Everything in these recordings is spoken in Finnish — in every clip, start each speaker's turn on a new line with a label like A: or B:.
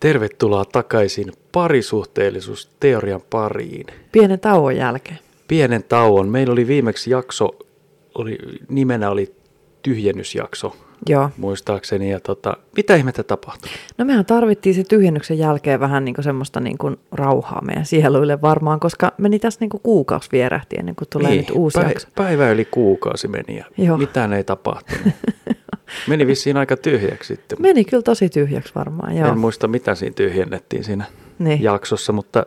A: Tervetuloa takaisin parisuhteellisuusteorian pariin.
B: Pienen tauon jälkeen.
A: Pienen tauon. Meillä oli viimeksi jakso, oli, nimenä oli tyhjennysjakso,
B: Joo.
A: muistaakseni. Ja tota, mitä ihmettä tapahtui?
B: No mehän tarvittiin sen tyhjennyksen jälkeen vähän niin kuin semmoista niin kuin rauhaa meidän sieluille varmaan, koska meni tässä niin kuin kuukausi vierähti ennen kuin tulee niin, nyt uusi
A: päivä,
B: jakso.
A: päivä yli kuukausi meni ja
B: Joo.
A: mitään ei tapahtunut. meni vissiin aika tyhjäksi sitten.
B: Meni kyllä tosi tyhjäksi varmaan, joo.
A: En muista, mitä siinä tyhjennettiin siinä
B: Niin.
A: jaksossa, mutta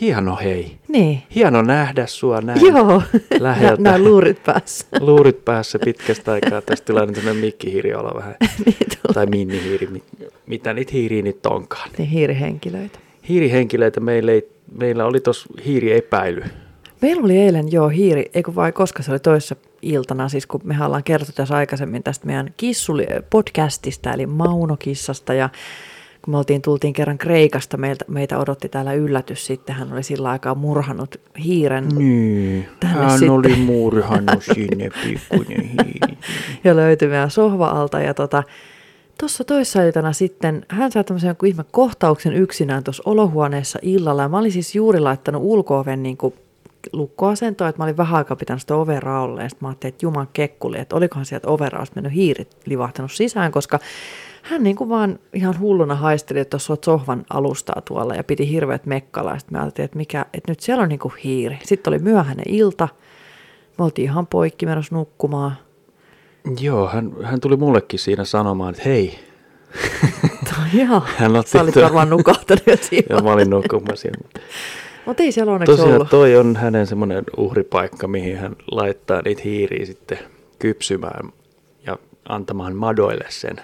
A: hieno hei.
B: niin.
A: Hieno nähdä sua näin
B: Joo, Nä-
A: läheltä.
B: nämä luurit päässä.
A: Luurit päässä pitkästä aikaa. Tästä tulee nyt sellainen mikkihiri olla vähän.
B: niin
A: tai minnihiiri, mit- mitä niitä hiiriä nyt onkaan.
B: tuli Niin, hiirihenkilöitä.
A: Hiirihenkilöitä meillä, ei, meillä oli tuossa hiiriepäily.
B: Meillä oli eilen jo hiiri, ei kun vai koska se oli toissa iltana, siis kun mehän ollaan kertonut tässä aikaisemmin tästä meidän kissuli podcastista, eli Maunokissasta ja kun me oltiin, tultiin kerran Kreikasta, meiltä, meitä odotti täällä yllätys, sitten hän oli sillä aikaa murhanut hiiren,
A: Niin,
B: Tänne hän sitten. oli
A: murhannut sinne pikkuinen hiiri.
B: ja löytyi meidän sohva alta ja tota, Tuossa toissailtana sitten hän sai tämmöisen jonkun ihme kohtauksen yksinään tuossa olohuoneessa illalla. Ja mä olin siis juuri laittanut ulko-oven niin kuin lukkoasentoon, että mä olin vähän aikaa pitänyt sitä oven raolle. Ja sitten mä ajattelin, että juman kekkuli, että olikohan sieltä oven raosta mennyt hiirit livahtanut sisään, koska hän niin kuin vaan ihan hulluna haisteli, että tuossa on sohvan alustaa tuolla ja piti hirveät mekkalaiset. Mä ajattelin, että, mikä, että nyt siellä on niin kuin hiiri. Sitten oli myöhäinen ilta. Me oltiin ihan poikki menossa nukkumaan.
A: Joo, hän, hän tuli mullekin siinä sanomaan, että hei.
B: Tämä on ihan...
A: Hän otti
B: Sä olit
A: tuon-
B: varmaan nukahtanut jo siinä
A: Ja mä olin nukkumassa. ja-
B: Mutta ei siellä onneksi
A: Tosiaan
B: ollut.
A: toi on hänen semmoinen uhripaikka, mihin hän laittaa niitä hiiriä sitten kypsymään ja antamaan madoille sen.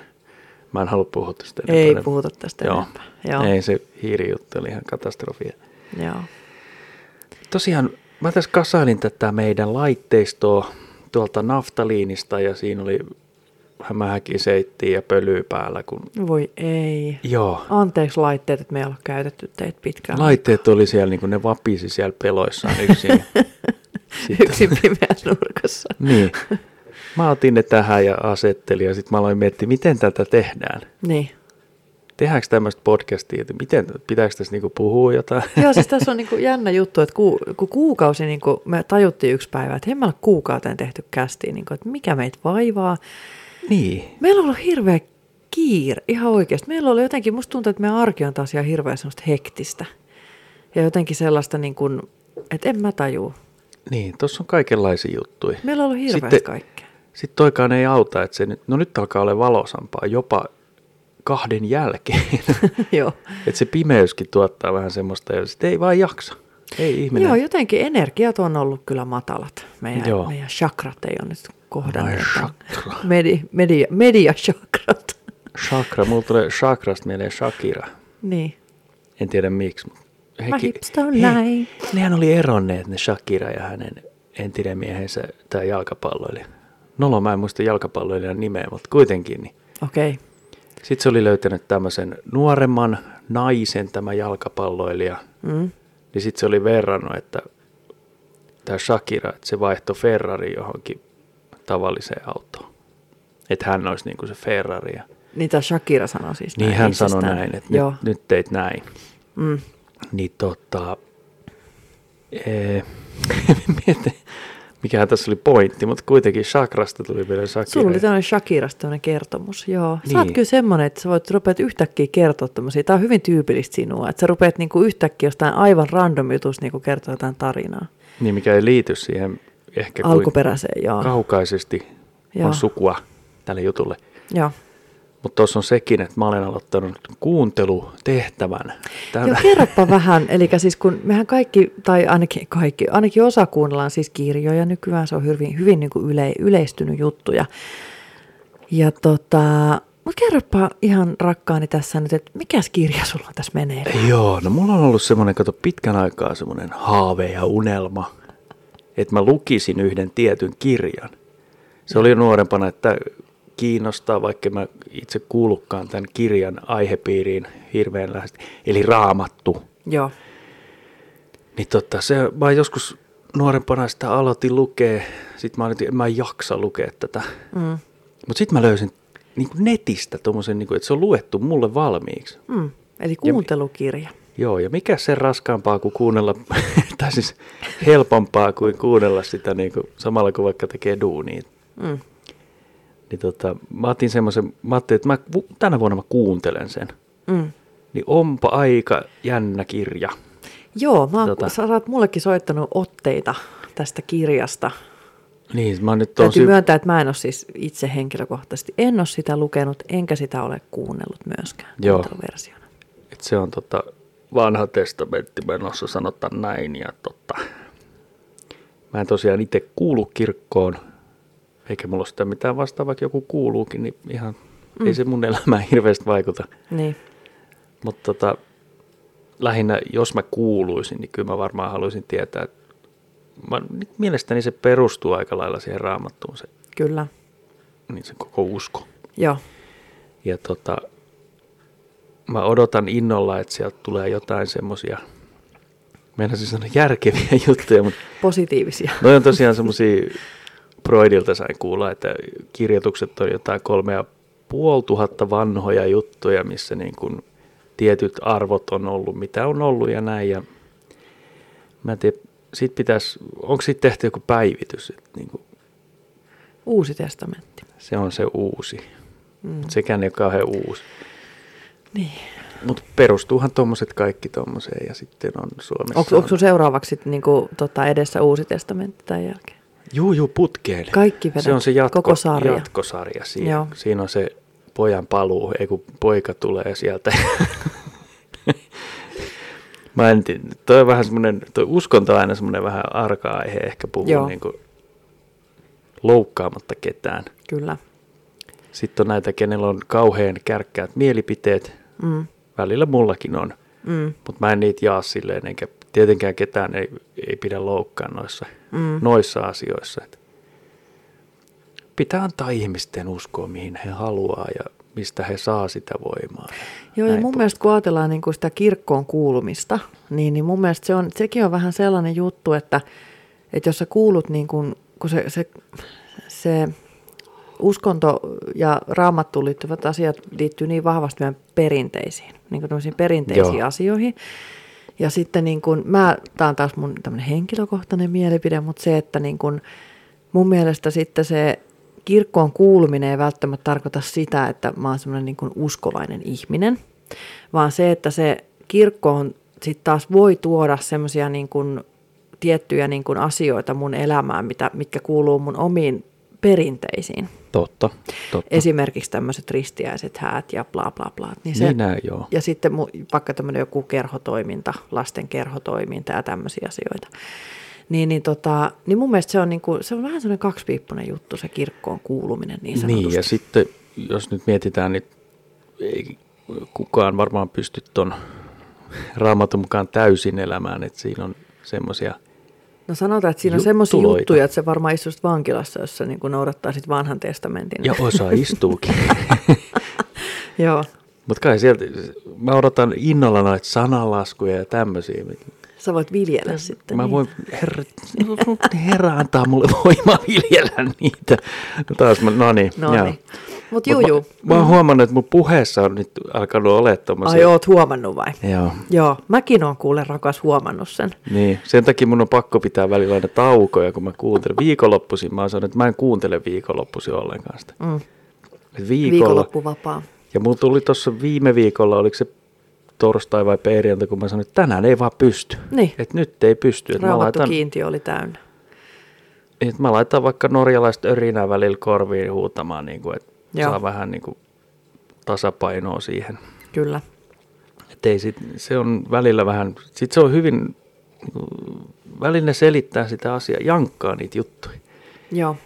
A: Mä en halua puhua tästä
B: ei
A: enempää.
B: puhuta tästä
A: Joo.
B: enempää. Joo.
A: Ei se hiirijuttu oli ihan katastrofi.
B: Joo.
A: Tosiaan mä tässä kasailin tätä meidän laitteistoa tuolta naftaliinista ja siinä oli hämähäkin seittiä ja pölyä päällä. Kun...
B: Voi ei.
A: Joo,
B: Anteeksi laitteet, että me ei olla käytetty teitä pitkään.
A: laitteet oli siellä, niin kuin ne vapisi siellä peloissaan yksin. Sitten-
B: Yksin pimeässä nurkassa.
A: Niin. Mä otin ne tähän ja asettelin ja sitten mä aloin miettiä, miten tätä tehdään.
B: Niin.
A: Tehdäänkö tämmöistä podcastia, että miten, pitääkö tässä niinku puhua jotain?
B: Joo, siis tässä on niinku jännä juttu, että ku, kun kuukausi, niinku, me tajuttiin yksi päivä, että hemmällä kuukauteen tehty kästiin, niinku, että mikä meitä vaivaa.
A: niin.
B: Meillä on ollut hirveä kiire, ihan oikeasti. Meillä oli jotenkin, musta tuntuu, että meidän arki on taas ihan hirveän semmoista hektistä. Ja jotenkin sellaista, niin kuin, että en mä tajua.
A: Niin, tuossa on kaikenlaisia juttuja.
B: Meillä on ollut hirveästi
A: Sitten-
B: kaikkea.
A: Sitten toikaan ei auta, että se nyt, no nyt alkaa olla valosampaa jopa kahden jälkeen.
B: Joo.
A: että se pimeyskin tuottaa vähän semmoista ja sitten ei vaan jaksa. Ei ihminen.
B: Joo, jotenkin energiat on ollut kyllä matalat. Meidän,
A: Joo.
B: meidän chakrat ei ole nyt kohdanneet.
A: Ai
B: tämän.
A: chakra.
B: Medi, media, mediachakrat.
A: Chakra, mulla tulee chakrasta mieleen Shakira.
B: niin.
A: En tiedä miksi. Mutta
B: Mä hipstaan näin.
A: Nehän oli eronneet ne Shakira ja hänen entinen miehensä, tämä jalkapalloilija. Nolo, mä en muista jalkapalloilijan nimeä, mutta kuitenkin. Niin.
B: Okei. Okay.
A: Sitten se oli löytänyt tämmöisen nuoremman naisen tämä jalkapalloilija.
B: Mm.
A: Niin sitten se oli verrannut, että tämä Shakira, että se vaihtoi Ferrari johonkin tavalliseen autoon. Että hän olisi niin kuin se Ferrari. Ja
B: Niin tämä Shakira sanoi siis
A: niin
B: näin
A: hän sanoi
B: itsestään.
A: näin, että
B: Joo.
A: nyt, nyt teit näin.
B: Mm.
A: Niin tota, ee, mietin, mikähän tässä oli pointti, mutta kuitenkin chakrasta tuli vielä Shakira.
B: Sulla oli tämmöinen Shakirasta tämmöinen kertomus, joo. Niin. Sä oot
A: Niin.
B: kyllä semmoinen, että sä voit rupeat yhtäkkiä kertoa tämmöisiä. Tämä on hyvin tyypillistä sinua, että sä rupeat niinku yhtäkkiä jostain aivan random jutusta niinku kertoa jotain tarinaa.
A: Niin, mikä ei liity siihen ehkä kuin
B: Alkuperäiseen, joo.
A: kaukaisesti
B: Joo.
A: on sukua tälle jutulle.
B: joo.
A: Mutta tuossa on sekin, että mä olen aloittanut kuuntelutehtävän. Tän,
B: Joo, kerropa vähän. Eli siis kun mehän kaikki, tai ainakin kaikki, ainakin osa kuunnellaan siis kirjoja. Nykyään se on hyvin, hyvin niin kuin yle, yleistynyt juttu. Ja, ja tota, mutta kerropa ihan rakkaani tässä nyt, että mikäs kirja sulla on tässä menee?
A: Joo, no mulla on ollut semmoinen, kato pitkän aikaa semmoinen haave ja unelma, että mä lukisin yhden tietyn kirjan. Se oli nuorempana, että kiinnostaa, vaikka mä itse kuulukaan tämän kirjan aihepiiriin hirveän lähesti, eli raamattu.
B: Joo.
A: Niin totta, se, mä joskus nuorempana sitä aloitin lukea, sit mä olin, että mä en jaksa lukea tätä.
B: Mm.
A: niinku Mutta sitten mä löysin niin netistä tuommoisen, niin että se on luettu mulle valmiiksi.
B: Mm. Eli kuuntelukirja.
A: Joo, ja mikä se raskaampaa kuin kuunnella, tai siis helpompaa kuin kuunnella sitä niin kuin, samalla kun vaikka tekee duunia.
B: Mm.
A: Niin tota, mä otin semmoisen, mä ajattelin, että mä, vu- tänä vuonna mä kuuntelen sen.
B: Mm.
A: Niin onpa aika jännä kirja.
B: Joo, mä oon,
A: Tota.
B: tota. sä oot mullekin soittanut otteita tästä kirjasta.
A: Niin, mä nyt on
B: Täytyy
A: sy-
B: myöntää, että mä en ole siis itse henkilökohtaisesti, en ole sitä lukenut, enkä sitä ole kuunnellut myöskään
A: Joo.
B: kuunteluversiona.
A: että se on tota, vanha testamentti menossa, sanotaan näin. Ja tota, mä en tosiaan itse kuulu kirkkoon, eikä mulla ole sitä mitään vastaan, vaikka joku kuuluukin, niin ihan mm. ei se mun elämään hirveästi vaikuta.
B: Niin.
A: Mutta tota, lähinnä, jos mä kuuluisin, niin kyllä mä varmaan haluaisin tietää, että mä, nyt mielestäni se perustuu aika lailla siihen raamattuun, se,
B: Kyllä,
A: niin se koko usko.
B: joo.
A: Ja tota, mä odotan innolla, että sieltä tulee jotain semmosia, meidän siis on järkeviä juttuja, mutta
B: Positiivisia.
A: noi on tosiaan semmosia, Freudilta sain kuulla, että kirjoitukset on jotain kolmea puoli tuhatta vanhoja juttuja, missä niin kuin tietyt arvot on ollut, mitä on ollut ja näin. Ja mä en tiedä, sit pitäisi, onko sitten tehty joku päivitys, että niin kuin
B: Uusi testamentti.
A: se on se uusi.
B: Mm.
A: Mut Sekään ei ole kauhean uusi.
B: Niin.
A: Mutta perustuuhan tuommoiset kaikki tuommoiseen ja sitten on Suomessa...
B: Onko, onko sun seuraavaksi sit niinku, tota, edessä uusi testamentti tämän jälkeen?
A: Juu, juu, putkeen.
B: Kaikki vedet,
A: Se on se jatko,
B: koko sarja.
A: jatkosarja siinä.
B: Joo.
A: Siinä on se pojan paluu, ei kun poika tulee sieltä. Mä en tiedä, toi on vähän semmoinen, toi uskonto on aina semmoinen vähän arka aihe ehkä puhua
B: Joo.
A: niin kuin loukkaamatta ketään.
B: Kyllä.
A: Sitten on näitä, kenellä on kauhean kärkkäät mielipiteet.
B: Mm.
A: Välillä mullakin on.
B: Mm.
A: Mutta mä en niitä jaa silleen, enkä tietenkään ketään ei, ei pidä loukkaa noissa,
B: Mm.
A: mm. noissa asioissa. Et pitää antaa ihmisten uskoa, mihin he haluaa ja mistä he saa sitä voimaa.
B: Joo, ja
A: Näin
B: mun
A: po-
B: mielestä kun ajatellaan niin kuin sitä kirkkoon kuulumista, niin, niin mun mielestä se on, sekin on vähän sellainen juttu, että, että jos sä kuulut, niin kuin, kun se, se, se uskonto ja raamattuun liittyvät asiat liittyy niin vahvasti meidän perinteisiin, niin kuin tämmöisiin perinteisiin
A: Joo.
B: asioihin. Ja sitten niin kuin, mä, tää on taas mun tämmöinen henkilökohtainen mielipide, mutta se, että niin kuin, mun mielestä sitten se kirkkoon kuuluminen ei välttämättä tarkoita sitä, että mä oon semmoinen niin kuin uskovainen ihminen, vaan se, että se kirkkoon sitten taas voi tuoda semmoisia niin kuin tiettyjä niin kuin asioita mun elämään, mitä, mitkä kuuluu mun omiin perinteisiin.
A: Totta, totta.
B: Esimerkiksi tämmöiset ristiäiset häät ja bla bla bla. Niin se,
A: niin näin, joo.
B: ja sitten mu- vaikka tämmöinen joku kerhotoiminta, lasten kerhotoiminta ja tämmöisiä asioita. Niin, niin, tota, niin mun mielestä se on, niinku, se on vähän sellainen kaksipiippunen juttu, se kirkkoon kuuluminen niin sanotusti.
A: Niin, ja sitten jos nyt mietitään, niin ei kukaan varmaan pysty ton raamatun mukaan täysin elämään, että siinä on semmoisia
B: No sanotaan, että siinä on semmoisia
A: juttuloita.
B: juttuja, että se varmaan istuisit vankilassa, jos sä niin noudattaisit vanhan testamentin.
A: ja osa istuukin.
B: Joo,
A: Mutta kai sieltä, mä odotan innolla noita sananlaskuja ja tämmöisiä.
B: sä voit viljellä sitten. niin.
A: Mä
B: niitä.
A: voin, herra, herra antaa mulle voimaa viljellä niitä. No taas, mä, no niin.
B: No
A: joo.
B: niin. Mut
A: Mut
B: juu,
A: mä-
B: juu.
A: Mä, oon huomannut, että mun puheessa on nyt alkanut olemaan tommosia.
B: Ai oot huomannut vai?
A: Joo.
B: Joo, mäkin oon kuule rakas huomannut sen.
A: Niin, sen takia mun on pakko pitää välillä aina taukoja, kun mä kuuntelen. Viikonloppuisin mä oon sanonut, että mä en kuuntele viikonloppuisin ollenkaan sitä.
B: Mm.
A: Et Viikolla,
B: Viikonloppuvapaa.
A: Ja mulla tuli tuossa viime viikolla, oliko se torstai vai perjantai, kun mä sanoin, että tänään ei vaan pysty.
B: Niin.
A: Et nyt ei pysty. Et mä,
B: Raamattu
A: laitan,
B: kiintiö oli täynnä.
A: et mä laitan vaikka norjalaiset örinää välillä korviin huutamaan, niin kuin, että
B: Joo.
A: saa vähän niin kuin tasapainoa siihen.
B: Kyllä.
A: Et ei sit, se on välillä vähän, sit se on hyvin, niin välillä ne selittää sitä asiaa, jankkaa niitä juttuja.
B: Joo.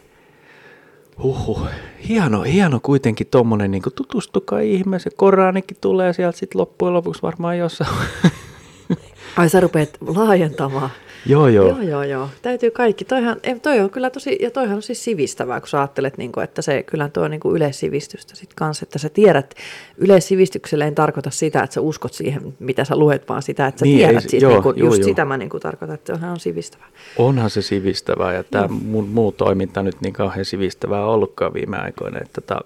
A: Huhhuh. Hieno, hieno kuitenkin tuommoinen, niin tutustukaa ihmeeseen. Koranikin tulee sieltä sitten loppujen lopuksi varmaan jossain.
B: Ai sä rupeat laajentamaan.
A: joo, joo.
B: Joo, joo, joo. Täytyy kaikki. Toihan, ei, toi on kyllä tosi, ja toihan on siis sivistävää, kun sä ajattelet, niin kuin, että se kyllä tuo niin kuin yleissivistystä sit kanssa, että sä tiedät, yleissivistykselle ei tarkoita sitä, että sä uskot siihen, mitä sä luet, vaan sitä, että sä
A: Niin,
B: niin,
A: ei
B: tiedät
A: se-
B: siitä,
A: joo,
B: niin kuin,
A: juu,
B: just
A: juu.
B: sitä mä niin kuin tarkoitan, että sehän on sivistävää.
A: Onhan se sivistävää ja tämä mun muu toiminta nyt niin kauhean sivistävää ollutkaan viime aikoina. Että tota,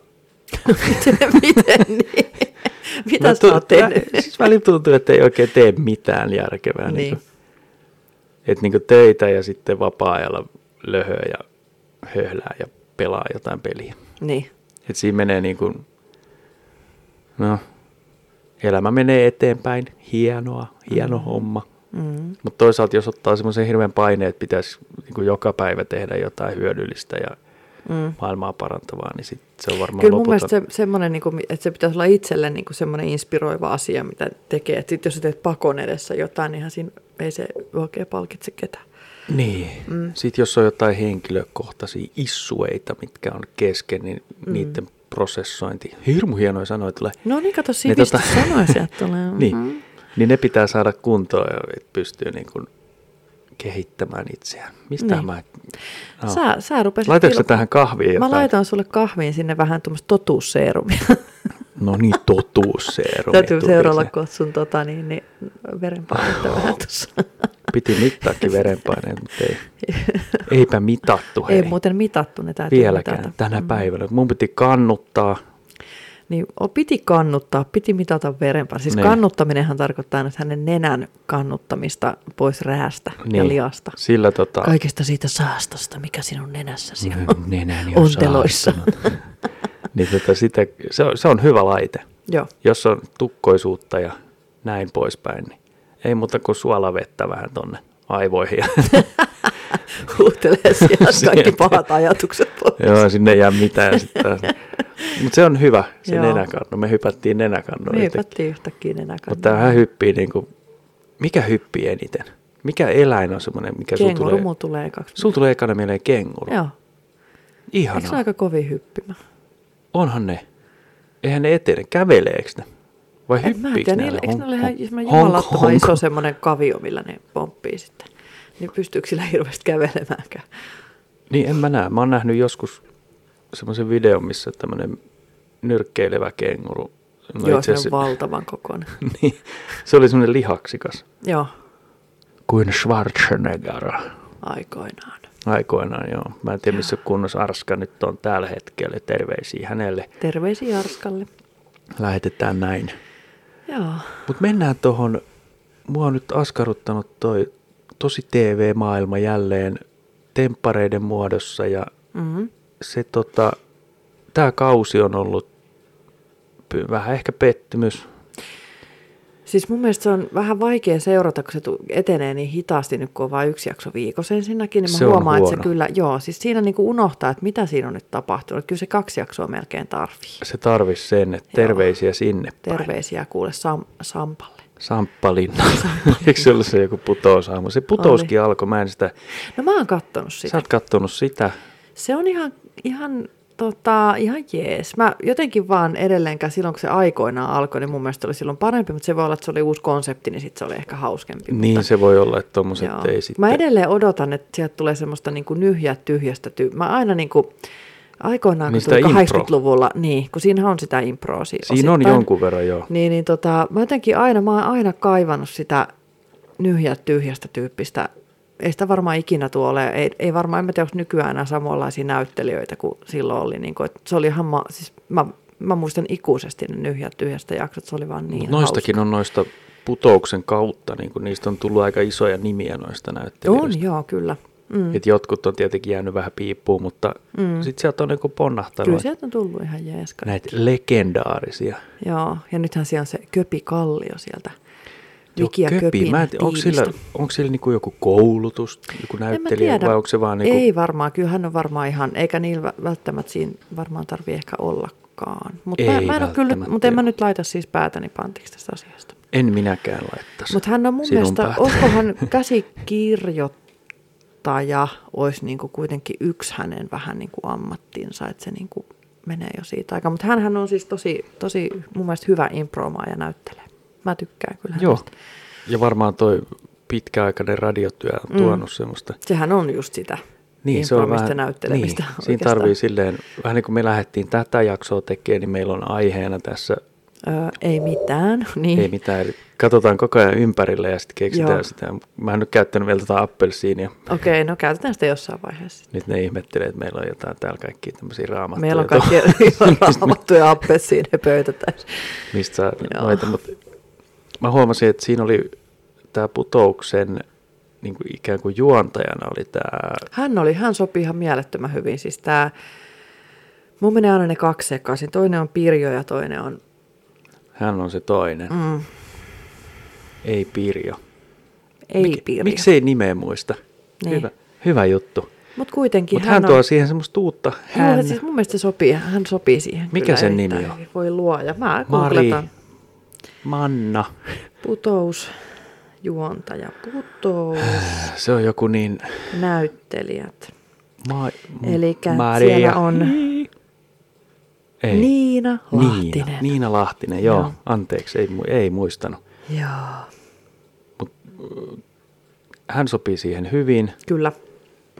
B: Miten niin? Mitä no, sä oot tehnyt?
A: Siis välillä tuntuu, että ei oikein tee mitään järkevää. Niin. Niin kuin, että niin kuin töitä ja sitten vapaa-ajalla löhöä ja höhlää ja pelaa jotain peliä.
B: Niin.
A: Et siinä menee niin kuin, no, elämä menee eteenpäin, hienoa, hieno mm. homma.
B: Mm.
A: Mutta toisaalta jos ottaa semmoisen hirveän paineen, että pitäisi niin kuin joka päivä tehdä jotain hyödyllistä ja
B: Mm.
A: maailmaa parantavaa, niin sit se on varmaan
B: Kyllä mun
A: loputon.
B: mielestä se, semmoinen, niin kuin, että se pitäisi olla itselle niin kuin semmoinen inspiroiva asia, mitä tekee. Että sit jos sä teet pakon edessä jotain, niin siinä ei se oikein palkitse ketään.
A: Niin. Mm. Sitten jos on jotain henkilökohtaisia issueita, mitkä on kesken, niin mm. niiden prosessointi. Hirmu hienoja sanoja tulee.
B: No niin, kato,
A: Ne
B: sivistä tota... sanoja sieltä tulee. Mhm.
A: niin, niin ne pitää saada kuntoon, että pystyy niin kuin kehittämään itseään. Mistä
B: Niin.
A: niin. mä...
B: Sä, sä rupesit
A: Laitatko sä
B: ilmo-
A: tähän kahviin
B: Mä
A: jotain?
B: laitan sulle kahviin sinne vähän tuommoista totuusseerumia.
A: No niin, totuusseerumi.
B: Täytyy
A: tuli
B: seuralla
A: se.
B: kutsun tota, niin, niin verenpainetta vähän tuossa.
A: Piti mittaakin verenpaineen, mutta ei, eipä mitattu hei.
B: Ei muuten mitattu, ne täytyy
A: Vieläkään
B: mitata. Mm.
A: tänä päivänä. Mun piti kannuttaa.
B: Niin, o, piti kannuttaa, piti mitata verenpaine. Siis
A: Niin.
B: kannuttaminenhan tarkoittaa nyt hänen nenän kannuttamista pois räästä niin. ja liasta.
A: Sillä tota...
B: Kaikesta siitä saastosta, mikä sinun nenässäsi on.
A: Mm, Nenäni on
B: Onteloissa.
A: saastunut. niin tota sitä, se, on, se on hyvä laite.
B: Joo,
A: Jos on tukkoisuutta ja näin poispäin, niin ei muuta kuin suolavettä vähän tonne aivoihin. Ja
B: huutelee siellä kaikki
A: Sieltä.
B: pahat ajatukset pois.
A: Joo, sinne ei jää mitään sitten Mutta se on hyvä, se
B: Joo.
A: nenäkannu. Me hypättiin nenäkannuun.
B: Me
A: yhtäkkiä.
B: hypättiin yhtäkkiä nenäkannuun.
A: Mutta tämähän hyppii niin kuin, mikä hyppii eniten? Mikä eläin on semmoinen, mikä sulla
B: Kenguru
A: tulee?
B: mulla tulee kaksi.
A: Sulla tulee ekana mieleen kenguru.
B: Joo. Eikö se ole
A: Ihanaa.
B: aika kovin hyppimä?
A: Onhan ne. Eihän ne etene. Käveleekö ne? Vai
B: En mä en
A: hyppiikö
B: tiedä,
A: ne?
B: niillä, eikö ne ole ihan semmoinen
A: honk,
B: jumalattoman
A: honk.
B: iso semmoinen kavio, millä ne pomppii sitten. Niin pystyykö sillä hirveästi kävelemäänkään?
A: Niin en mä näe. Mä oon nähnyt joskus semmoisen videon, missä tämmöinen nyrkkeilevä kenguru.
B: No Joo, se on
A: asiassa-
B: valtavan kokoinen.
A: niin, se oli semmoinen lihaksikas.
B: Joo,
A: Kuin Schwarzenegger.
B: aikoinaan.
A: Aikoinaan joo. Mä en tiedä missä kunnossa Arska nyt on tällä hetkellä. Terveisiä hänelle.
B: Terveisiä Arskalle.
A: Lähetetään näin.
B: Joo,
A: Mutta mennään tuohon, mua on nyt askarruttanut toi tosi TV-maailma jälleen temppareiden muodossa ja
B: mm-hmm.
A: se tota, tämä kausi on ollut py- vähän ehkä pettymys.
B: Siis mun mielestä se on vähän vaikea seurata, kun se tu- etenee niin hitaasti nyt, kun on vain yksi jakso viikossa ensinnäkin, niin mä
A: Se on
B: huomaan, että se
A: huono.
B: kyllä, joo, siis siinä niinku unohtaa, että mitä siinä on nyt tapahtunut. Kyllä se kaksi jaksoa melkein tarvii.
A: Se tarvisi sen, että
B: Joo.
A: terveisiä sinne päin.
B: Terveisiä kuule Sam- Sampalle.
A: Samppalinna. Eikö se ollut se joku putousaamu? Se putouskin alkoi, mä en sitä.
B: No mä oon kattonut sitä.
A: Sä oot kattonut sitä.
B: Se on ihan, ihan, tota, ihan jees. Mä jotenkin vaan edelleenkään silloin, kun se aikoinaan alkoi, niin mun mielestä oli silloin parempi, mutta se voi olla, että se oli uusi konsepti, niin sitten se oli ehkä hauskempi.
A: Niin
B: mutta,
A: se voi olla, että tommoset
B: joo.
A: ei sitten.
B: Mä edelleen odotan, että sieltä tulee semmoista niin kuin nyhjää tyhjästä. Ty- mä aina niin kuin, aikoinaan, kun
A: Niin
B: tuli
A: sitä impro.
B: 80-luvulla, niin, kun siinähän on sitä improa si-
A: Siinä on
B: osittain.
A: jonkun verran joo.
B: Niin, niin tota, mä jotenkin aina, mä oon aina kaivannut sitä nyhjä tyhjästä tyyppistä. Ei sitä varmaan ikinä tuo ole. Ei, ei varmaan, en mä tiedä, onko nykyään enää samanlaisia näyttelijöitä kuin silloin oli. Niin kuin, että se oli ihan, ma- siis mä, mä muistan ikuisesti ne nyhjä tyhjästä jaksot, se oli vaan niin
A: Mut noistakin on noista putouksen kautta, niin kun niistä on tullut aika isoja nimiä noista
B: hauska.
A: näyttelijöistä.
B: On, joo, kyllä. Mm.
A: Et jotkut on tietenkin jäänyt vähän piippuun, mutta
B: Mm.
A: mm. sitten sieltä on niinku
B: Kyllä
A: ponnahtanut
B: sieltä on tullut ihan jees kaikki.
A: näitä legendaarisia.
B: Joo, ja nythän siellä on se Köpi Kallio sieltä.
A: Joo,
B: Viki ja Köpin
A: Mä en, onko sillä,
B: tiimistä.
A: onko sillä niinku joku koulutus, joku
B: En mä
A: näyttelijä,
B: tiedä.
A: vai onko se vaan niinku,
B: Ei varmaan, kyllä hän on varmaan ihan, eikä niillä vä- välttämättä siinä varmaan tarvi ehkä ollakaan. Mutta mä,
A: Ei
B: mä en ole kyllä,
A: välttämättä,
B: mutta en mä
A: joo.
B: nyt laita siis päätäni pantiksi tästä asiasta.
A: en minäkään laittaisi.
B: Mutta hän on mun
A: sinun
B: mielestä,
A: päätä.
B: onkohan käsikirjoittaja olisi niinku kuitenkin yksi hänen vähän niinku ammattinsa, että se niinku menee jo siitä aikaa. Mutta hän on siis tosi, tosi mun mielestä hyvä impromaa ja näyttelee. Mä tykkään kyllä
A: Joo,
B: hänestä.
A: ja varmaan toi pitkäaikainen radiotyö
B: Mm.
A: on tuonut semmoista.
B: Sehän on just sitä
A: Niin, se on
B: improomista
A: vähän,
B: näyttelemistä.
A: Niin,
B: oikeastaan.
A: siinä tarvii silleen, vähän niin kuin me lähdettiin tätä jaksoa tekemään, niin meillä on aiheena tässä
B: Öö, ei mitään. Niin.
A: Ei mitään, eli katsotaan koko ajan ympärille ja sitten keksitään
B: Joo.
A: Joo. sitä. Mä en nyt käyttänyt vielä tätä appelsiinia.
B: Okei, okay, no käytetään sitä jossain vaiheessa.
A: Nyt ne ihmettelee, että meillä on jotain täällä kaikki tämmöisiä raamattuja.
B: Meillä on
A: tuolla,
B: kaikki ihan raamattuja appelsiineja pöytätäisiin.
A: Mistä saa
B: Joo.
A: noita, mutta mä huomasin, että siinä oli tämä putouksen niin kuin ikään kuin juontajana oli tämä,
B: Hän oli, hän sopi ihan mielettömän hyvin. Siis tää, mun menee aina ne kaksi sekaisin. Toinen on Pirjo ja toinen on...
A: hän on se toinen, mm.
B: Mm,
A: ei Pirjo.
B: ei
A: Mik-
B: Pirjo.
A: Miksei nimeä muista?
B: Niin.
A: Hyvä, hyvä juttu.
B: Mut kuitenkin
A: Mutta hän, hän tuo siihen semmoista uutta
B: Hän...
A: hän.
B: Joo, siis mun mielestä se sopii. Hän sopii siihen.
A: Mikä
B: kyllä
A: sen
B: erittäin
A: nimi on?
B: hyvin. Voi luoja. Mä
A: Mari,
B: googletan.
A: Manna.
B: Putous, juontaja, putous,
A: Se on joku niin...
B: näyttelijät.
A: Ma-
B: Elikkä
A: Maria.
B: siellä on-
A: Ei.
B: Niina Lahtinen.
A: Niina, Niina Lahtinen, joo.
B: Joo.
A: joo. Anteeksi, ei, mu- ei muistanut.
B: Joo,
A: Hän sopii siihen hyvin.
B: kyllä.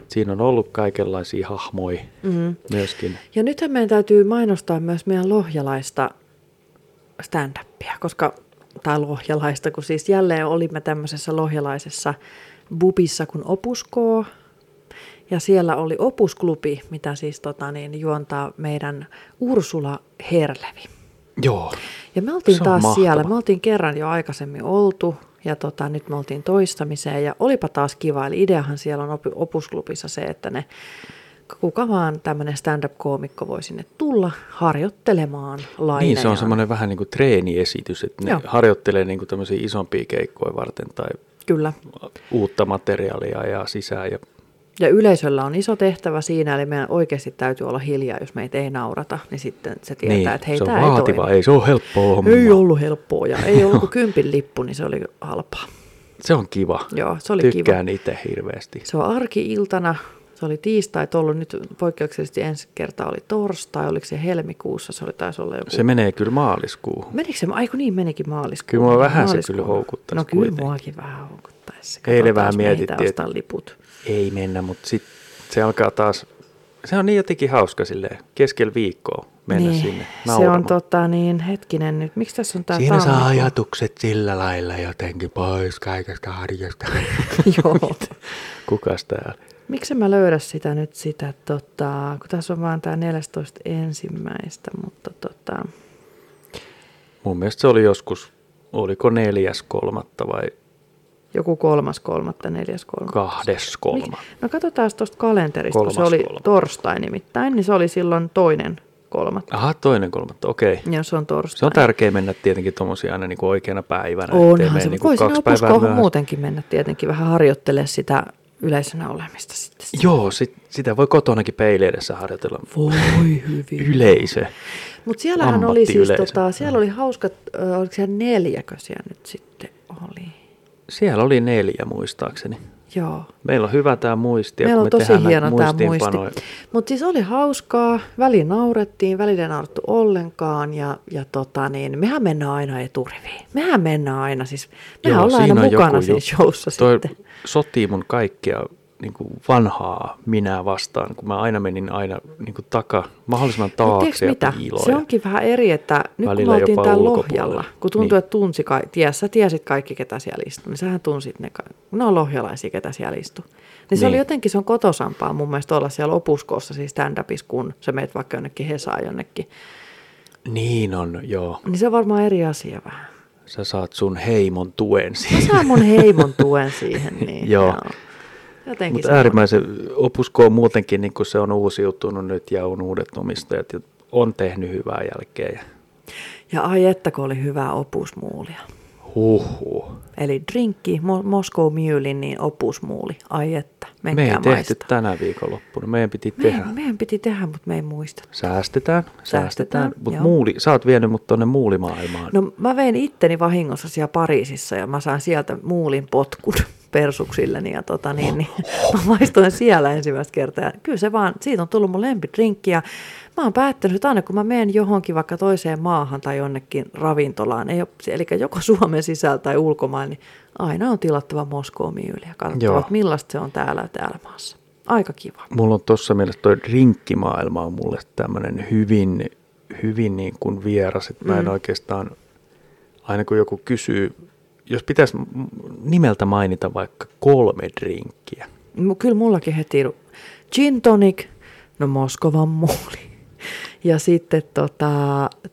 A: Siinä on ollut kaikenlaisia hahmoja
B: Mm.
A: myöskin.
B: Ja nythän meidän täytyy mainostaa myös meidän lohjalaista stand-upia, koska, tai lohjalaista, kun siis jälleen olimme tämmöisessä lohjalaisessa bubissa kuin Opuskoo. Ja siellä oli Opusklubi, mitä siis tota, niin, juontaa meidän Ursula Herlevi.
A: Joo.
B: Ja me oltiin
A: Se on
B: taas
A: mahtava.
B: siellä, me oltiin kerran jo aikaisemmin oltu ja tota, nyt me oltiin toistamiseen ja olipa taas kiva. Eli ideahan siellä on opi- opusklubissa se, että ne kuka vaan tämmöinen stand-up-koomikko voi sinne tulla harjoittelemaan laineja.
A: Niin, se on semmoinen vähän niin kuin treeniesitys, että ne
B: Joo.
A: joo. harjoittelee niin kuin tämmöisiä isompia keikkoja varten tai
B: Kyllä.
A: uutta materiaalia ajaa sisään ja
B: Ja yleisöllä on iso tehtävä siinä, eli meidän oikeasti täytyy olla hiljaa, jos meitä ei naurata, niin sitten se tietää,
A: niin,
B: että hei,
A: se on
B: tämä ei
A: vaativa, ei, se on helppoa hommaa.
B: Ei ollut helppoa ja ei ollut kuin kympin lippu, niin se oli halpaa.
A: Se on kiva.
B: Joo, se oli kiva.
A: Tykkään itse hirveästi.
B: Se on arki-iltana, se oli tiistai ollut, nyt poikkeuksellisesti ensi kertaa oli torstai, oliko se helmikuussa, se oli taisi olla joku...
A: Se menee kyllä maaliskuuhun.
B: Menikö se, aiku niin menikin maaliskuun.
A: Kyllä mua vähän se
B: maaliskuun.
A: kyllä houkuttaisi
B: No kyllä
A: kuitenkin.
B: muakin vähän houkuttaisi. Se
A: Eilen
B: katsotaan,
A: vähän
B: jos me ehditään
A: mietittiin, että-
B: ostaa liput.
A: Ei mennä, mutta sitten se alkaa taas, se on niin jotenkin hauska silleen keskellä viikkoa mennä
B: niin,
A: sinne
B: Se
A: nauramaan.
B: on tota niin, hetkinen nyt, miksi tässä on niinku- tämä
C: Siinä saa ajatukset sillä lailla jotenkin pois kaikesta arjesta.
B: Joo.
A: Kukas täällä?
B: Miksi mä löydä sitä nyt sitä, tota, kun tässä on vaan tämä 14 ensimmäistä, mutta tota,
A: Mun mielestä se oli joskus, oliko neljäs kolmatta vai
B: joku kolmas kolmatta, neljäs kolmatta.
A: kahdes kolma?
B: Mik- No katsotaan tuosta kalenterista, kun se
A: Kolmas
B: oli
A: kolmatta.
B: torstai nimittäin, niin se oli silloin toinen kolmatta.
A: Aha, toinen kolmatta, okei.
B: Ja se on torstai.
A: Se on tärkeää mennä tietenkin tuommoisia aina niinku oikeana päivänä. ettei
B: Onhan
A: mene
B: se,
A: niinku
B: niinku voisi ne
A: kaksi päivää
B: opuskohon
A: myöhässä.
B: muutenkin mennä tietenkin vähän harjoittelemaan sitä yleisönä olemista sitten.
A: Joo, sit, sitä voi kotonakin peili edessä harjoitella.
B: Voi hyvin.
A: Yleisö.
B: Mutta siellähän oli siis,
A: ammattiyleisö.
B: tota, siellä oli hauskat, ö, oliko siellä neljäkö siellä nyt sitten oli?
A: Siellä oli neljä muistaakseni.
B: Joo.
A: Meillä on hyvä tämä muisti. ja
B: Meillä
A: kun
B: on
A: me
B: tosi
A: tehdään näitä
B: hieno tämä
A: muistiinpanoja-
B: muisti. Mutta siis oli hauskaa, väliin naurettiin, välillä ei naurettu ollenkaan ja, ja tota niin, mehän mennään aina eturiviin. Mehän mennään aina siis, mehän Joo, ollaan aina
A: siinä on
B: mukana
A: joku
B: siinä
A: juttu.
B: showssa
A: Toi
B: sitten.
A: sotii mun kaikkea niin kuin vanhaa minä vastaan, kun mä aina menin aina niin kuin taka, mahdollisimman
B: Mut
A: taakse
B: tiedätkö
A: ja
B: mitä?
A: piiloon.
B: Se
A: ja-
B: onkin vähän eri, että nyt kun
A: Välillä
B: me oltiin
A: jopa
B: täällä
A: ulkopuolella.
B: Lohjalla, kun tuntuu,
A: Niin.
B: että tunsi, ka- ties, sä tiesit kaikki, ketä siellä istui, niin sähän tunsit ne, ka- ne on lohjalaisia, ketä siellä istui. Niin se
A: Niin.
B: oli jotenkin, se on kotosampaa mun mielestä olla siellä opuskoossa, siis stand-upissa, kun sä meet vaikka jonnekin Hesaan jonnekin.
A: Niin on, joo.
B: Niin se on varmaan eri asia vähän.
A: Sä saat sun heimon tuen
B: Mä
A: siihen.
B: saan mun heimon tuen siihen. Niin,
A: Joo.
B: Jotenkin
A: Mutta
B: se on.
A: äärimmäisen opusko on muutenkin, niin kun se on uusiutunut nyt ja on uudet omistajat ja on tehnyt hyvää jälkeä. Ja
B: Ja ai että, kun oli hyvää opusmuulia.
A: huhhuh.
B: Eli drinkki, Mo- Moscow Mulein, niin opusmuuli. Ai että,
A: Me ei
B: menkää
A: tehty
B: maistaa.
A: tänä viikonloppuna. Meidän piti tehdä.
B: Meidän, meidän piti tehdä, mutta me ei muista.
A: Säästetään, säästetään.
B: joo.
A: Mutta muuli, sä oot vienyt mut tonne muulimaailmaan.
B: No mä vein itteni vahingossa siellä Pariisissa ja mä sain sieltä muulin potkun persuksilleni ja tota niin, niin mä maistoin siellä ensimmäistä kertaa. Ja Kyllä se vaan, siitä on tullut mun lempidrinkki ja mä oon päättänyt, että aina kun mä menen johonkin vaikka toiseen maahan tai jonnekin ravintolaan, ei ole, eli joko Suomen sisällä tai ulkomailla, niin aina on tilattava Moskoomi-yli ja katsottava,
A: Joo.
B: että millaista se on täällä täällä maassa. Aika kiva.
A: Mulla on tuossa mielessä toi rinkkimaailma on mulle tämmöinen hyvin, hyvin niin kuin vieras, että mä en
B: Mm.
A: oikeastaan, aina kun joku kysyy, jos pitäisi m- nimeltä mainita vaikka kolme drinkkiä.
B: Mu- Kyllä mullakin heti ru- gin tonic, no Moskovan muuli. Ja sitten tota,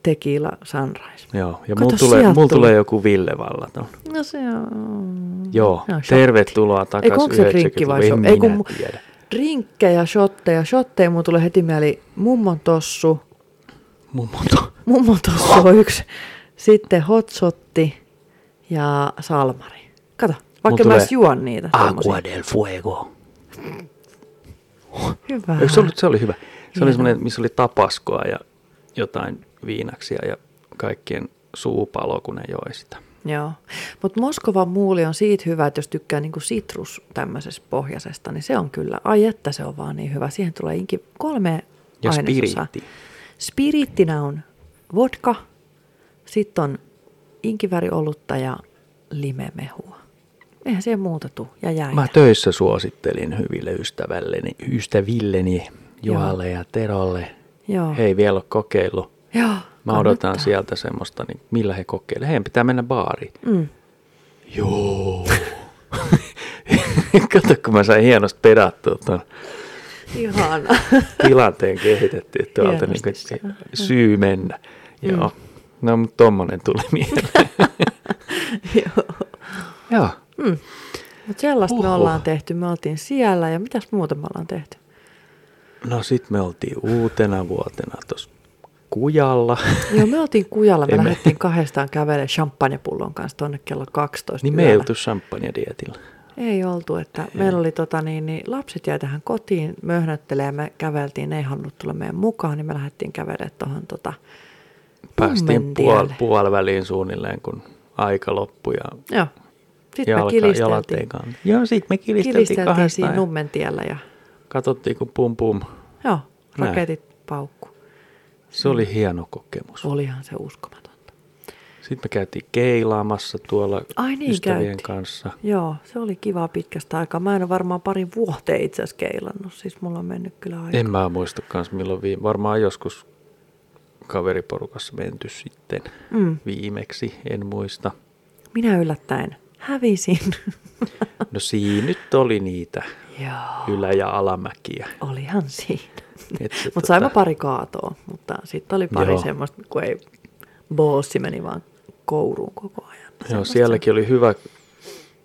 B: tequila sunrise.
A: Joo, ja
B: Kato,
A: mulla tulee,
B: sieltä
A: mul
B: tuli.
A: tulee joku Ville Vallaton.
B: No se on...
A: Joo,
B: se on shotti.
A: tervetuloa
B: Ei, kun
A: takaisin
B: onko se drinkki vai
A: 90-luvulle. En
B: shot? Ei, kun
A: minä
B: mu-
A: tiedä.
B: Drinkkejä, shotteja, shotteja. Mulla tulee heti mieli mummon tossu.
A: Mun muuta.
B: Mummon tossu on yksi. Sitten hotsotti ja salmari. Kato, vaikka mä
A: tulee
B: edes juon niitä. tommosia.
A: Agua del Fuego.
B: Hyvä.
A: Eikö se, ollut, se oli hyvä. Se oli
B: Hieno.
A: semmoinen, missä oli tapaskoa ja jotain viinaksia ja kaikkien suupalo, kun ne joi sitä.
B: Joo, mutta Moskovan muuli on siitä hyvä, että jos tykkää niinku sitrus tämmöisestä pohjasesta, niin se on kyllä, ai että se on vaan niin hyvä. Siihen tulee inkin kolme
A: Ja
B: ainesosaa.
A: spiritti.
B: Spirittinä on vodka, sitten on inkiväriolutta ja limemehua. Eihän siihen muuta tuu ja jäitä.
A: Mä töissä suosittelin hyville ystävälleni, ystävilleni, Joalle ja Terolle.
B: Joo.
A: Hei, vielä ole kokeillut.
B: Joo,
A: Mä odotan
B: kannattaa.
A: sieltä semmoista, niin millä he kokeilee. Heidän pitää mennä baariin.
B: Mm.
A: Joo. Kato, kun mä sain hienosti pedattua tuon
B: Ihana.
A: tilanteen kehitettiin tuolta niin kuin,
B: Hienosti sanottu.
A: syy mennä.
B: Mm.
A: Joo. No, mutta tommonen tuli mieleen.
B: Joo.
A: Joo.
B: Mutta sellaista me
A: Huhhuh.
B: ollaan tehty. Me oltiin siellä ja mitäs muuta me ollaan tehty?
A: No sit me oltiin uutena vuotena tuossa kujalla.
B: Joo, me oltiin kujalla, me
A: Ei me-
B: lähdettiin kahdestaan kävelemään champagnepullon kanssa tuonne kello 12
A: niin me ei
B: yöllä.
A: oltu champagne-dietillä.
B: Ei oltu, että meillä oli tota niin, niin lapset jäi tähän kotiin möhnöttelemään ja me käveltiin, ne ei halunnut tulla meidän mukaan, niin me lähdettiin kävelemään tuohon tota
A: Päästiin puol,
B: Pummendialle.
A: puoliväliin suunnilleen, kun aika loppui ja
B: Joo. Sitten me
A: jalka, jalat ei
B: kilisteltiin,
A: kanna. Joo, sit me kilisteltiin,
B: kilisteltiin siinä
A: kahdestaan. ja
B: Nummentiellä ja
A: Katsottiin, kun pum pum.
B: joo,
A: Näin.
B: raketit paukku.
A: Se oli hieno kokemus.
B: Olihan se uskomatonta.
A: Sitten me käytiin keilaamassa tuolla
B: Ai niin,
A: ystävien
B: käytiin.
A: kanssa.
B: Joo, se oli kiva pitkästä aikaa. Mä en ole varmaan parin vuoteen itse asiassa keilannut, siis mulla on mennyt kyllä aika.
A: En mä muista kans milloin viime, varmaan joskus kaveriporukassa menty sitten
B: Mm.
A: viimeksi, en muista.
B: Minä yllättäen hävisin.
A: No siinä nyt oli niitä
B: Joo,
A: ylä- ja alamäkiä.
B: olihan siinä.
A: Et se tota
B: Mutta saimme pari kaatoa, mutta sitten oli pari
A: Joo.
B: semmoista, kun ei boossi meni vaan kouruun koko ajan.
A: Joo,
B: Semmosta
A: sielläkin oli hyvä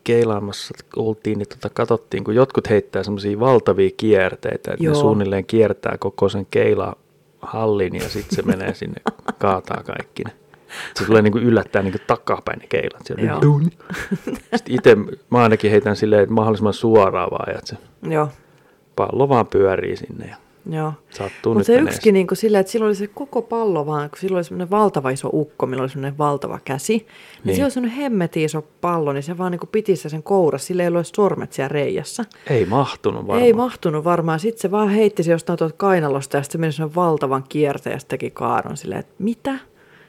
A: keilaamassa, oltiin, niin tota, katsottiin, kun jotkut heittää semmoisia valtavia kierteitä, että ne
B: Joo.
A: suunnilleen kiertää koko sen keilahallin ja sitten se menee sinne, kaataa kaikki ne. Se tulee niinku yllättää niinku takapäin ne keilat. Se
B: Joo.
A: on Sitten itse mä ainakin heitän silleen, että mahdollisimman suoraan vaan, ja että se
B: se- Joo,
A: pallo vaan pyörii sinne ja
B: joo.
A: sattuu
B: Mutta
A: nyt
B: se
A: menee
B: yksikin niin kuin silleen, että sillä oli se koko pallo vaan, kun sillä oli semmoinen valtava iso ukko, millä oli semmoinen valtava käsi. Niin.
A: Niin.
B: Sillä oli semmoinen hemmetin iso pallo, niin se vaan niin kuin piti se sen kouras, sillä ei ollut edes sormet siellä reijässä.
A: sinne. Ei mahtunut varmaan.
B: Ei mahtunut varmaan. Sitten se vaan heitti se jostain tuolta kainalosta ja sitten se meni sen valtavan kierteen ja sitten teki kaaron silleen, että mitä?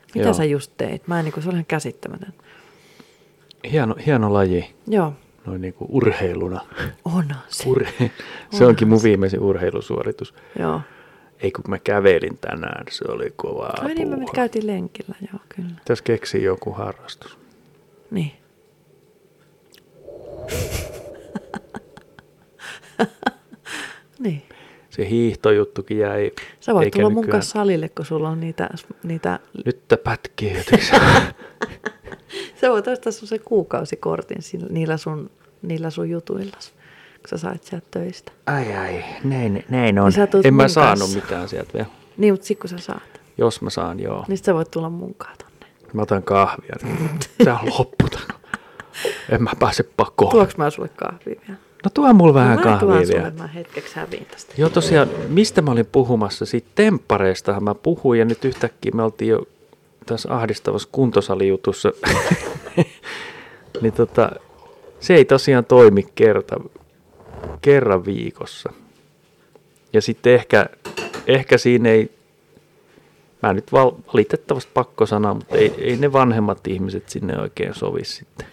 B: Mitä Joo.
A: Joo.
B: sä just teit? Mä en, niin kuin, se oli ihan käsittämätön.
A: hieno, hieno laji,
B: Joo,
A: noin niinku urheiluna.
B: onhan se.
A: Urhe- se onkin mun viimeisin urheilusuoritus.
B: Joo.
A: Ei kun mä kävelin tänään, se oli kovaa
B: Ai niin, me
A: puuhaa.
B: käytiin lenkillä, joo, kyllä.
A: Pitäis keksiä joku harrastus.
B: Niin. niin.
A: Se hiihtojuttukin jäi.
B: Sä voit
A: eikä
B: tulla mun
A: nykyään-
B: kanssa salille, kun sulla on niitä, niitä
A: Nyt tää pätkii jotenkin.
B: sä voit ostaa semmoisen kuukausikortin sillä- niillä sun, niillä sun jutuillas, kun sä sait sieltä töistä.
A: ai ai, näin, näin on.
B: Sä tuut
A: En mä
B: mun
A: saanut
B: kanssa.
A: mitään sieltä vielä.
B: Niin, mutta sit kun sä saat,
A: Jos mä saan, joo.
B: niin sit sä voit tulla munkaan tonne.
A: Mä otan kahvia. Tää on loppu. tää. En mä pääse pakoon.
B: Tuoks mä sulle kahvia vielä?
A: No tuo mulla vähän
B: no, mä
A: kahvia
B: tuon
A: vielä.
B: sulle, mä hetkeksi häviin tästä.
A: Joo tosiaan, mistä mä olin puhumassa? Siitä temppareistahan mä puhuin ja nyt yhtäkkiä me oltiin jo tässä ahdistavassa kuntosalijutussa. niin tota, se ei tosiaan toimi kerta, kerran viikossa. Ja sitten ehkä, ehkä siinä ei, mä nyt val, valitettavasti pakko sanoa, mutta ei, ei ne vanhemmat ihmiset sinne oikein sovi sitten.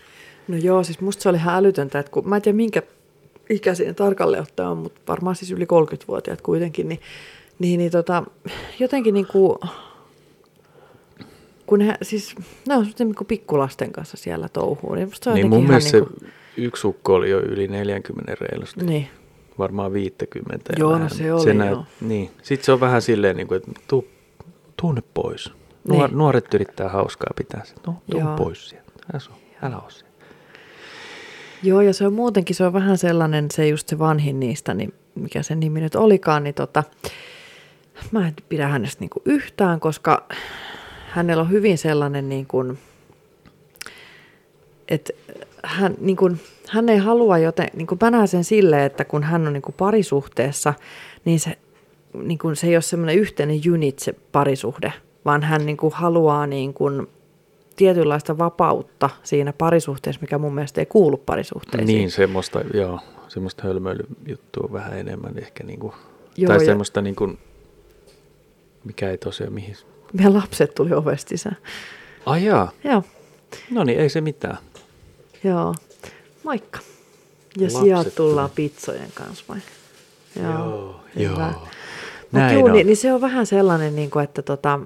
B: No joo, siis musta se oli ihan älytöntä, että kun mä en tiedä minkä ikäisiä ne tarkalleen ottaa on, mutta varmaan siis yli 30-vuotiaat kuitenkin, niin, niin, niin tota, jotenkin niin kuin, kun he, siis, ne on semmoisia niin kuin pikkulasten kanssa siellä touhuu. Niin, musta se on
A: Niin mun
B: jotenkin ihan
A: mielestä
B: niin
A: niin kuin... yksi ukko oli jo yli 40 reilusti.
B: kuin, niin.
A: varmaan 50. ja
B: Joo, no
A: vähän.
B: se oli, joo.
A: Niin. Sitten se on vähän silleen, niin kuin, että tuu, tuu nyt pois. Nuor,
B: Niin.
A: Nuoret yrittää hauskaa pitää se. No, tuu
B: Joo.
A: joo. pois sieltä. Älä, sun, älä ole siellä.
B: Joo, ja se on muutenkin, se on vähän sellainen, se just se vanhin niistä, niin mikä sen nimi nyt olikaan, niin tota, mä en pidä hänestä niinku yhtään, koska hänellä on hyvin sellainen niin kuin, että hän, niin kuin, hän ei halua joten, niin kuin mä näen sen silleen, että kun hän on niin kuin parisuhteessa, niin se, niin kuin, se ei ole semmoinen yhteinen unit se parisuhde, vaan hän niin kuin, haluaa niin kuin, tietynlaista vapautta siinä parisuhteessa, mikä mun mielestä ei kuulu parisuhteisiin.
A: Niin, semmoista, joo, semmoista hölmöilyjuttua vähän enemmän ehkä. Niin kuin,
B: Joo,
A: joo, tai
B: ja-
A: ja... semmoista, niin kuin, mikä ei tosiaan mihin.
B: Meidän lapset tuli ovesta sisään.
A: Ai jaa.
B: Joo,
A: no niin, ei se mitään.
B: joo. Moikka. Ja
A: Lapset
B: sieltä tullaan pizzojen kanssa vai?
A: joo.
B: Oh, hyvä. Mut
A: Näin
B: juu,
A: on.
B: niin, niin se on vähän sellainen, niin kuin, että tota,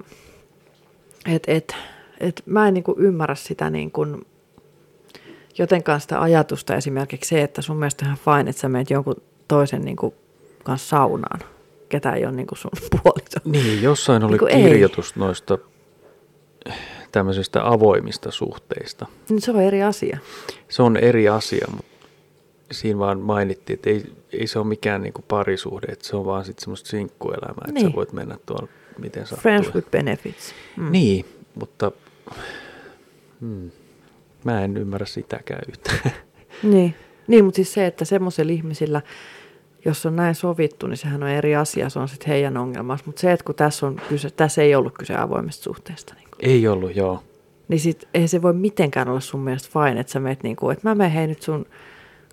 B: et, et, et mä en niin kuin ymmärrä sitä niin kuin, jotenkaan sitä ajatusta esimerkiksi se, että sun mielestä on ihan fine, että sä menet jonkun toisen niin kuin, kanssa saunaan, ketä ei ole niin kuin sun puoliso.
A: Niin, jossain oli
B: Niin kuin ei.
A: kirjoitus ei. noista tämmöisistä avoimista suhteista.
B: Niin se on eri asia.
A: Se on eri asia, mutta siinä vaan mainittiin, että ei, ei se ole mikään niinku parisuhde, että se on vaan sitten semmoista sinkkuelämää, että
B: Niin.
A: sä voit mennä tuolla miten sattuu.
B: Friends with benefits.
A: mm. Niin, mutta hmm, mä en ymmärrä sitäkään yhtään.
B: Niin, niin mutta siis se, että semmoisilla ihmisillä, jos on näin sovittu, niin sehän on eri asia, se on sitten heidän ongelmansa. Mutta se, että kun tässä, on kyse, tässä ei ollut kyse avoimesta suhteesta, niin,
A: ei ollut, joo.
B: niin sit, ei se voi mitenkään olla sun mielestä fine, että sä meet niin kuin, että mä menen hei nyt sun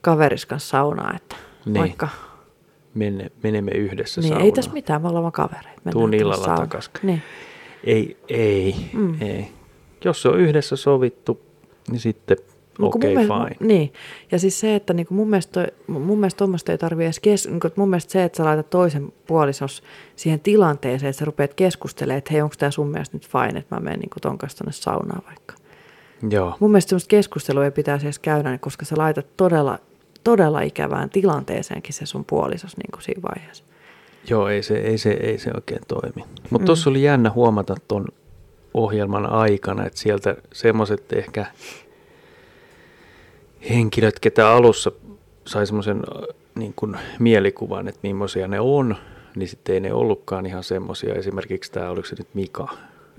B: kaveris kanssa saunaan, että niin.
A: Niin.
B: vaikka.
A: Mene, menemme yhdessä
B: Niin,
A: saunaan.
B: ei tässä mitään, me ollaan vaan kavereita.
A: Tuun
B: mennään tuonne
A: illalla
B: saunaan.
A: takas.
B: Niin.
A: Ei, ei,
B: Mm.
A: mm. ei. Jos se on yhdessä sovittu, niin sitten
B: Mut kun
A: okei,
B: mun
A: okay,
B: mielestä-
A: fine.
B: Niin, ja siis se, että niinku mun mielestä, toi, mun mielestä tuommoista ei tarvitse edes kes, niinku, että mun mielestä se, että sä laitat toisen puolisos siihen tilanteeseen, että sä rupeat keskustelemaan, että hei, onko tämä sun mielestä nyt fine, että mä menen niinku ton kanssa tonne saunaan vaikka.
A: Joo.
B: niin. Mun mielestä semmoista keskustelua ei pitäisi edes käydä, niin koska sä laitat todella, todella ikävään tilanteeseenkin se sun puolisos niinku siinä vaiheessa.
A: Joo, ei se, ei se, ei se oikein toimi. Mutta
B: Mm.
A: tuossa oli jännä huomata tuon ohjelman aikana, että sieltä semmoiset ehkä henkilöt, ketä alussa sai semmoisen niin kuin mielikuvan, että millaisia ne on, niin sitten ei ne ollutkaan ihan semmoisia. Esimerkiksi tämä, oliko se nyt Mika,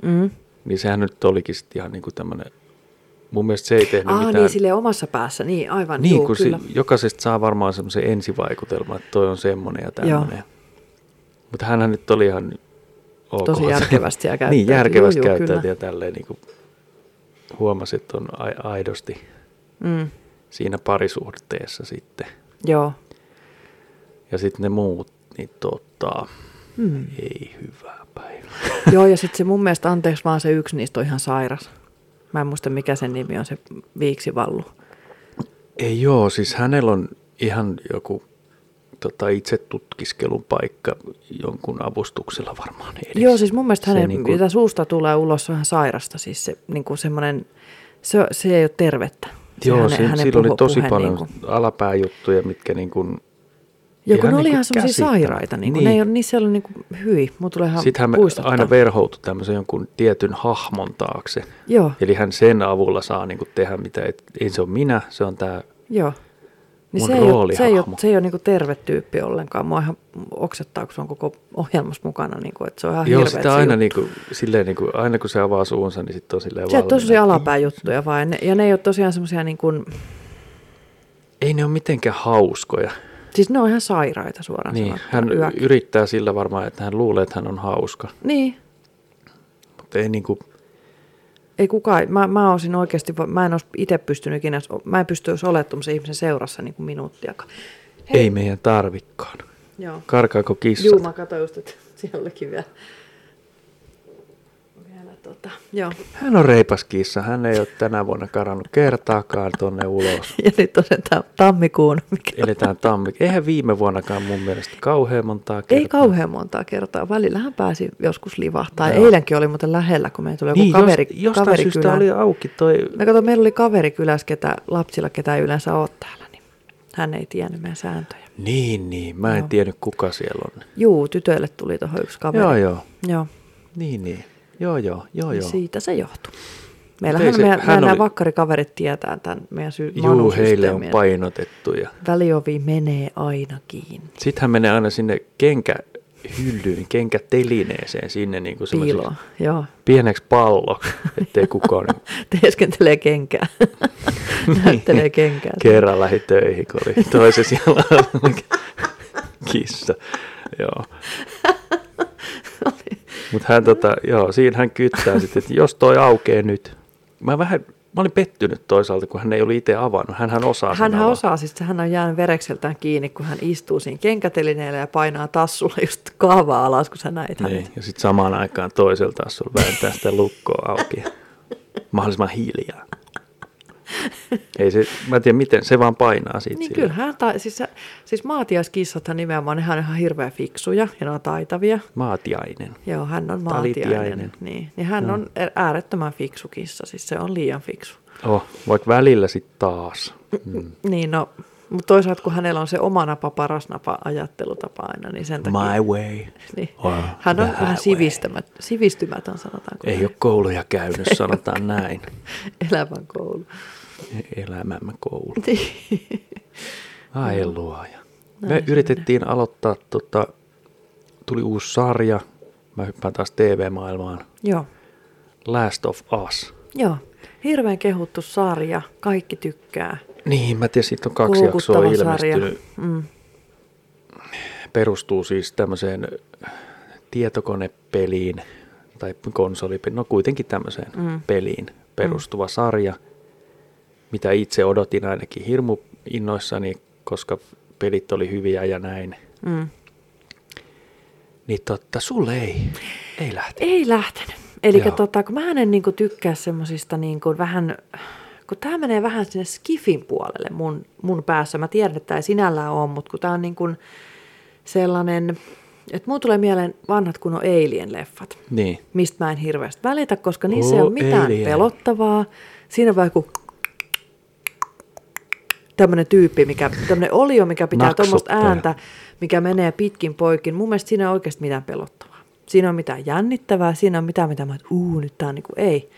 B: Mm.
A: niin sehän nyt olikin sitten ihan niin kuin tämmöinen, mun mielestä se ei tehnyt
B: Aa,
A: mitään.
B: niin sille omassa päässä, niin aivan,
A: Niin,
B: juu,
A: kun
B: kyllä.
A: se, jokaisesta saa varmaan semmoisen ensivaikutelman, että toi on semmoinen ja tämmöinen. Mutta hänhän nyt oli ihan ok.
B: Tosi järkevästi ja
A: Niin,
B: käyttäytyi.
A: järkevästi
B: Joo, joo,
A: käyttäytyi
B: kyllä.
A: ja tälleen niin kuin huomasi, että on ai- aidosti
B: Mm.
A: siinä parisuhteessa sitten.
B: Joo.
A: Ja sitten ne muut, niin tota,
B: Mm.
A: ei hyvää päivää.
B: Joo, ja sitten se mun mielestä, anteeksi vaan se yksi niistä on ihan sairas. Mä en muista, mikä sen nimi on, se viiksivallu.
A: Ei joo, siis hänellä on ihan joku tota, itse tutkiskelun paikka jonkun avustuksella varmaan edes.
B: Joo, siis mun mielestä
A: Se
B: hänen,
A: niinku-
B: niinku... mitä suusta tulee ulos, se on ihan sairasta. Siis se, niinku semmonen, se, se ei ole tervettä. Se
A: Joo, hänen, sillä oli
B: puhu-
A: tosi
B: puhe
A: paljon
B: niinku-
A: alapääjuttuja, mitkä niin kuin,
B: Joo, kun
A: ihan
B: ne oli
A: niinku
B: ihan semmoisia
A: käsittämättä.
B: sairaita. Niinku, niin.
A: Niin.
B: Ne ei ole, niissä ei ollut niinku, hyi, mun tulee ihan
A: sittenhän me
B: puistattaa.
A: aina verhoutui tämmöisen jonkun tietyn hahmon taakse.
B: Joo,
A: Eli hän sen avulla saa niin kuin tehdä mitä, et, ei se ole minä, se on tämä,
B: joo. Niin
A: mun
B: se, ei ole, se, ei ole,
A: roolihahmo.
B: se ei ole niinku terve tyyppi ollenkaan. Mua ihan oksettaa, kun se on koko ohjelmassa mukana. Niinku, että se on ihan
A: joo
B: hirveet se
A: sitä aina
B: juttu.
A: niin kuin, silleen niin kuin, aina kun se avaa suunsa, niin sitten on silleen
B: Se on
A: valmiina,
B: tosi
A: että
B: alapääjuttuja vaan, ja ne ei ole tosiaan semmoisia niin kuin,
A: Ei ne ole mitenkään hauskoja.
B: siis ne on ihan sairaita suoraan
A: Niin,
B: sanottuna.
A: hän
B: Yö-
A: yrittää sillä varmaan, että hän luulee, että hän on hauska,
B: Niin,
A: mutta ei niin kuin,
B: ei kukaan, mä, mä olisin oikeasti, mä en olisi itse pystynyt ikinä, mä en pystyisi olemaan tuommoisen ihmisen seurassa niin kuin minuuttiakaan.
A: ei meidän tarvikkaan.
B: Joo.
A: Karkaako kissa?
B: Juu, mä katsoin just, että siellä olikin vielä, vielä tota, joo.
A: Hän on reipas kissa. Hän ei ole tänä vuonna karannut kertaakaan tonne ulos.
B: Ja nyt on se ta- tammikuun, mikä
A: Eletään tammi. Eihän viime vuonnakaan mun mielestä kauhean montaa kertaa.
B: Ei kauhean montaa kertaa. Välillähän pääsi joskus livahtaa.
A: Joo.
B: Eilenkin oli muuten lähellä, kun meillä tuli joku
A: Niin,
B: niin, kaveri,
A: jos, jostain syystä
B: kaverikylään.
A: oli auki toi...
B: Me kato, meillä oli kaveri kylässä, ketä, lapsilla, ketä ei yleensä ole täällä, niin hän ei tiennyt meidän sääntöjä.
A: Niin, niin. Mä en
B: Joo.
A: tiennyt kuka siellä on.
B: Juu, tytöille tuli tuohon yksi kaveri.
A: Joo, joo.
B: joo.
A: Niin, niin. Joo, joo, joo,
B: Ja
A: joo.
B: siitä se johtui.
A: ei
B: Meillähän
A: se-
B: se, meidän,
A: hän
B: meidän
A: oli-
B: nämä vakkarikavarit tietää tämän meidän sy-
A: Juu, heille on
B: manusysteemin.
A: painotettu. Ja...
B: Väliovi menee aina kiinni.
A: Sitten hän menee aina sinne kenkähyllyyn, kenkätelineeseen, sinne niin kuin
B: Piiloon, joo.
A: pieneksi palloksi, ettei kukaan niin
B: Teeskentelee kenkää. Näyttelee kenkää.
A: kerran lähi töihin, kun oli toisessa jalalla kissa. Joo. Mutta hän tota, joo, siinä hän kyttää sitten, että jos toi aukee nyt. Mä vähän, mä olin pettynyt toisaalta, kun hän ei ollut itse avannut. Hänhän osaa sen
B: Hänhän
A: avata.
B: osaa, siis hän on jäänyt verekseltään kiinni, kun hän istuu siinä kenkätelineellä ja painaa tassulla just kahvaa alas, kun sä näit hänet.
A: Niin, ja sitten samaan aikaan toisella taas sulla vääntää sitä lukkoa auki. Mahdollisimman hiljaa. Ei se, mä en tiedä miten, se vaan painaa siitä.
B: Niin
A: sillä.
B: kyllähän, tai, siis, se- siis maatiaiskissathan nimenomaan, nehän on ihan hirveän fiksuja ja ne on taitavia.
A: Maatiainen.
B: Joo, hän on
A: Talitiainen.
B: maatiainen. Niin. Ja hän on äärettömän fiksu kissa, siis se on liian fiksu.
A: Oh, vaikka välillä sitten taas. Mm.
B: Niin no, mutta toisaalta kun hänellä on se oma napa, paras napa ajattelutapa aina, niin sen takia...
A: My way.
B: Niin.
A: or
B: Hän
A: the
B: on vähän
A: highway.
B: sivistämät, sivistymätön, sanotaanko.
A: Ei ole kouluja käynyt, sanotaan näin.
B: Elämän koulu.
A: Elämämme koulu.
B: Niin.
A: Ai luoja. Me
B: Näin se
A: yritettiin aloittaa, tota, tuli uusi sarja. Mä hyppään taas TV-maailmaan.
B: Joo.
A: Last of Us.
B: Joo, hirveän kehuttu sarja, kaikki tykkää.
A: Niin, mä tiedän, siitä on kaksi jaksoa
B: Koukuttava sarja.
A: ilmestynyt.
B: Mm.
A: Perustuu siis tämmöiseen tietokonepeliin tai konsolipeliin, no kuitenkin tämmöiseen mm.
B: Mm.
A: peliin perustuva mm. sarja, mitä itse odotin ainakin hirmu innoissani, koska pelit oli hyviä ja näin.
B: Mm.
A: Niin totta, sulle ei, ei lähti.
B: Ei lähtenyt. Eli
A: Joo.
B: tota, kun mä en niin kuin tykkää semmoisista niin kuin vähän, kun tämä menee vähän sinne skifin puolelle mun, mun päässä. Mä tiedän, että tämä ei sinällään ole, mutta kun tämä on niin kuin sellainen, että mun tulee mieleen vanhat kun on Alien-leffat.
A: Niin,
B: mistä mä en hirveästi välitä, koska niissä ei
A: Oo,
B: ole mitään
A: alien.
B: pelottavaa. Siinä on vaan joku tämmöinen tyyppi, mikä, tämmöinen olio, mikä pitää
A: Naksuttaja.
B: tuommoista ääntä, mikä menee pitkin poikin. Mun mielestä siinä ei oikeasti mitään pelottavaa. Siinä on mitään jännittävää, siinä on mitään, mitä mä oon, että uu, nyt tää on niinku ei.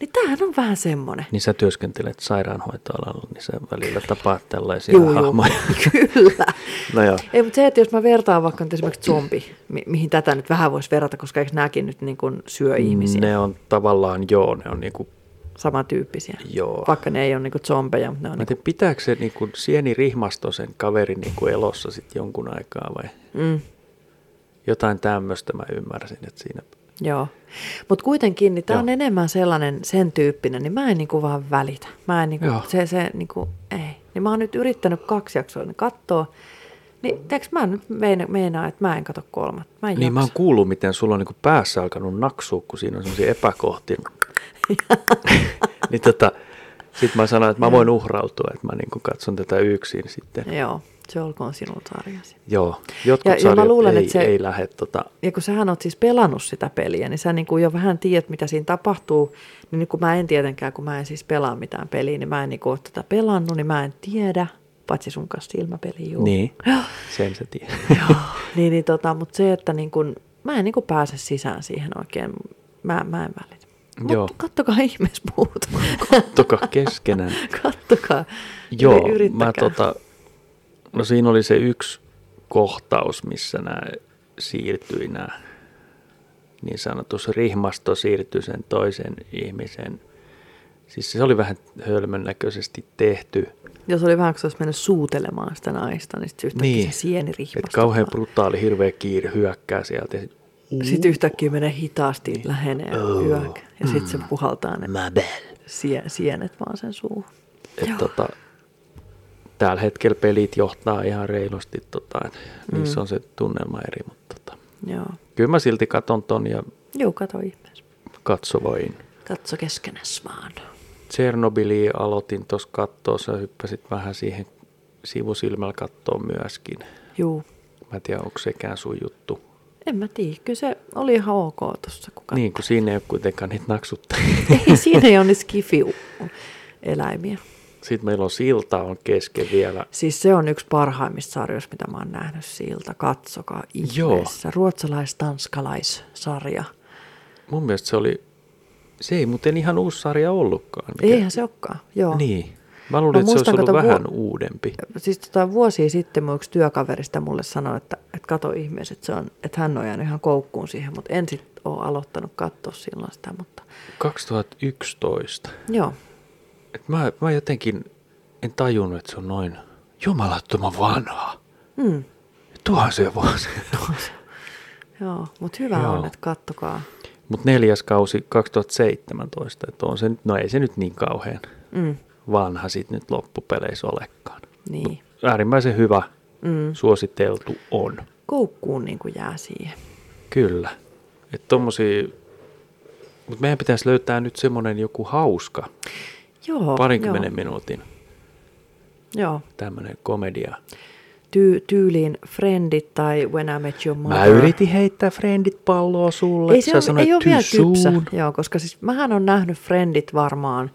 B: Niin tämähän on vähän semmoinen.
A: niin sä työskentelet sairaanhoitoalalla, niin sä välillä tapaat tällaisia
B: Juu, juu.
A: hahmoja.
B: Kyllä.
A: No joo.
B: Ei, mutta se, että jos mä vertaan vaikka nyt esimerkiksi zombi, mi- mihin tätä nyt vähän voisi verrata, koska eikö nämäkin nyt niin kuin syö
A: Mm,
B: ihmisiä?
A: Ne on tavallaan, joo, ne on niinku
B: samantyyppisiä.
A: Joo.
B: Vaikka ne ei ole niinku zombeja, mutta ne on
A: Mä en
B: niinku,
A: tiedä, pitääkö se niin kuin sieni rihmasto sen kaverin niin kuin elossa sit jonkun aikaa vai
B: mm,
A: jotain tämmöistä mä ymmärsin, että siinä...
B: joo. Mutta kuitenkin niin tämä
A: Joo.
B: on enemmän sellainen sen tyyppinen, niin mä en niinku vaan välitä. Mä en niinku,
A: Joo.
B: se, se niinku, ei. Niin mä oon nyt yrittänyt kaksi jaksoa niin katsoa. Niin teeks mä nyt meina- meinaan, että mä en kato kolmatta. Mä en
A: Niin mä oon
B: jaksa.
A: kuullut, miten sulla on niin kuin päässä alkanut naksua, kun siinä on semmoisia epäkohtia. niin tota, sit mä sanoin, että mä voin uhrautua, että mä niin kuin katson tätä yksin sitten.
B: Joo, se olkoon sinun sarjasi.
A: Joo, jotkut
B: Ja-
A: ja,
B: Niin. ja mä
A: sarjat
B: luulen,
A: ei,
B: että se-
A: se... ei lähde tota...
B: ja kun sähän oot siis pelannut sitä peliä, niin sä niin kuin jo vähän tiedät, mitä siinä tapahtuu. Niin nyt kun mä en tietenkään, kun mä en siis pelaa mitään peliä, niin mä en niin ole tätä pelannut, niin mä en tiedä. Paitsi sun kanssa silmäpeli, juu.
A: Niin, sen sä tiedät.
B: niin, niin tota, mutta se, että niin kun, mä en niin kuin pääse sisään siihen oikein. Mä, mä en välitä.
A: Joo.
B: Mutta kattokaa ihmeessä muuta.
A: Kattokaa keskenään.
B: kattokaa.
A: Joo,
B: Yri-
A: mä
B: yrittäkää.
A: tota, no siinä oli se yksi kohtaus, missä nämä siirtyi nämä niin sanotus rihmasto siirtyi sen toisen ihmisen. Siis se oli vähän hölmön näköisesti tehty.
B: Jos oli vähän, kun se olisi mennyt suutelemaan sitä naista, niin sitten yhtäkkiä niin. se sieni
A: Että
B: rihmastui
A: kauhean
B: vaan.
A: brutaali, hirveä kiire hyökkää sieltä. ja sit,
B: Sitten yhtäkkiä menee hitaasti, lähenee ja
A: Mm. Oh.
B: hyök. Ja sitten se puhaltaa ne
A: My bad.
B: sie, sienet vaan sen suuhun.
A: Et
B: Joo.
A: tota, tällä hetkellä pelit johtaa ihan reilusti, tota, et
B: Mm.
A: niissä on se tunnelma eri, mutta tota,
B: Joo.
A: kyllä mä silti katon ton ja
B: Joo, kato ihmeessä.
A: katsovoin.
B: Katso keskenäs vaan.
A: Tsernobyliä aloitin tuossa kattoa, sä hyppäsit vähän siihen sivusilmällä kattoon myöskin.
B: Juu.
A: Mä en tiedä, onko sekään sun juttu.
B: En mä tiedä, kyllä se oli ihan ok tuossa. Kun
A: Niin, kun siinä ei ole kuitenkaan niitä naksutta.
B: katsoi. Ei, siinä ei ole niitä skifi-eläimiä.
A: Sitten meillä on silta on kesken vielä.
B: Siis se on yksi parhaimmista sarjoista, mitä mä oon nähnyt siltä. Katsokaa ihmeessä. Ruotsalais-tanskalais-sarja.
A: Mun mielestä se oli, se ei muuten ihan uusi sarja ollutkaan.
B: Eihän se olekaan, joo.
A: Niin. Mä luulin, että se olisi
B: muistan,
A: ollut
B: kato, vu-
A: vähän uudempi.
B: Siis tota, vuosia sitten mun yksi työkaverista mulle sanoi, että, että kato ihmeessä, että, se on, että hän on jäänyt ihan koukkuun siihen, mutta en sitten ole aloittanut katsoa silloin sitä, mutta
A: 2011.
B: joo.
A: Et mä, mä jotenkin en tajunnut, että se on noin jumalattoman vanhaa.
B: Mm,
A: Tuhansia vuosia.
B: joo, mutta hyvä
A: Joo.
B: joo. on, että kattokaa.
A: Mutta neljäs kausi 2017, että on se nyt, no ei se nyt niin kauhean
B: Mm,
A: vanha sit nyt loppupeleissä olekaan.
B: niin.
A: Äärimmäisen hyvä,
B: Mm.
A: suositeltu on.
B: Koukkuun niin kuin jää siihen.
A: Kyllä. Että tommosia, mutta meidän pitäisi löytää nyt semmonen joku hauska,
B: Joo,
A: parinkymmenen
B: joo,
A: minuutin
B: joo.
A: tämmönen komedia.
B: Ty- tyyliin Friendit tai When I Met Your Mother.
A: Mä yritin heittää friendit palloa sulle.
B: Ei, se
A: Sä
B: on,
A: sanoit
B: ei ole
A: too
B: vielä kypsä,
A: soon.
B: joo, koska siis mähän on nähnyt Friendit varmaan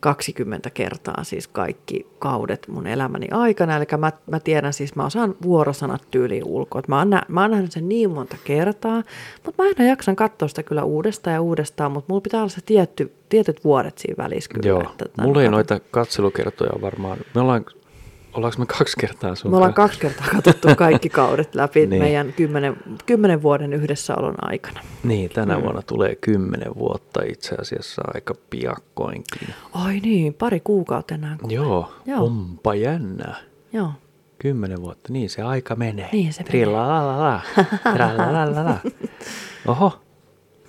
B: 20 kertaa siis kaikki kaudet mun elämäni aikana. Eli mä, mä tiedän siis, mä osaan vuorosanat tyyliin ulkoa. Et Mä oon, nä- mä oon nähnyt sen niin monta kertaa, mutta mä aina jaksan katsoa sitä kyllä uudestaan ja uudestaan, mutta mulla pitää olla se tietty, tietyt vuodet siinä välissä kyllä.
A: Joo,
B: että tota,
A: mulla ei
B: mä-
A: noita katselukertoja varmaan. Me ollaan, ollaanko me kaksi kertaa sun
B: Me ollaan
A: kanssa?
B: kaksi kertaa katsottu kaikki kaudet läpi
A: Niin.
B: niin. meidän kymmenen, kymmenen vuoden yhdessäolon aikana.
A: Niin, tänä mm. vuonna tulee kymmenen vuotta itse asiassa aika piakkoinkin.
B: Ai niin, pari kuukautta enää. Kun...
A: Joo, Joo,
B: Joo.
A: onpa jännää.
B: Joo.
A: Kymmenen vuotta, niin se aika menee.
B: Niin se menee.
A: Trilalala, tralalala. Oho,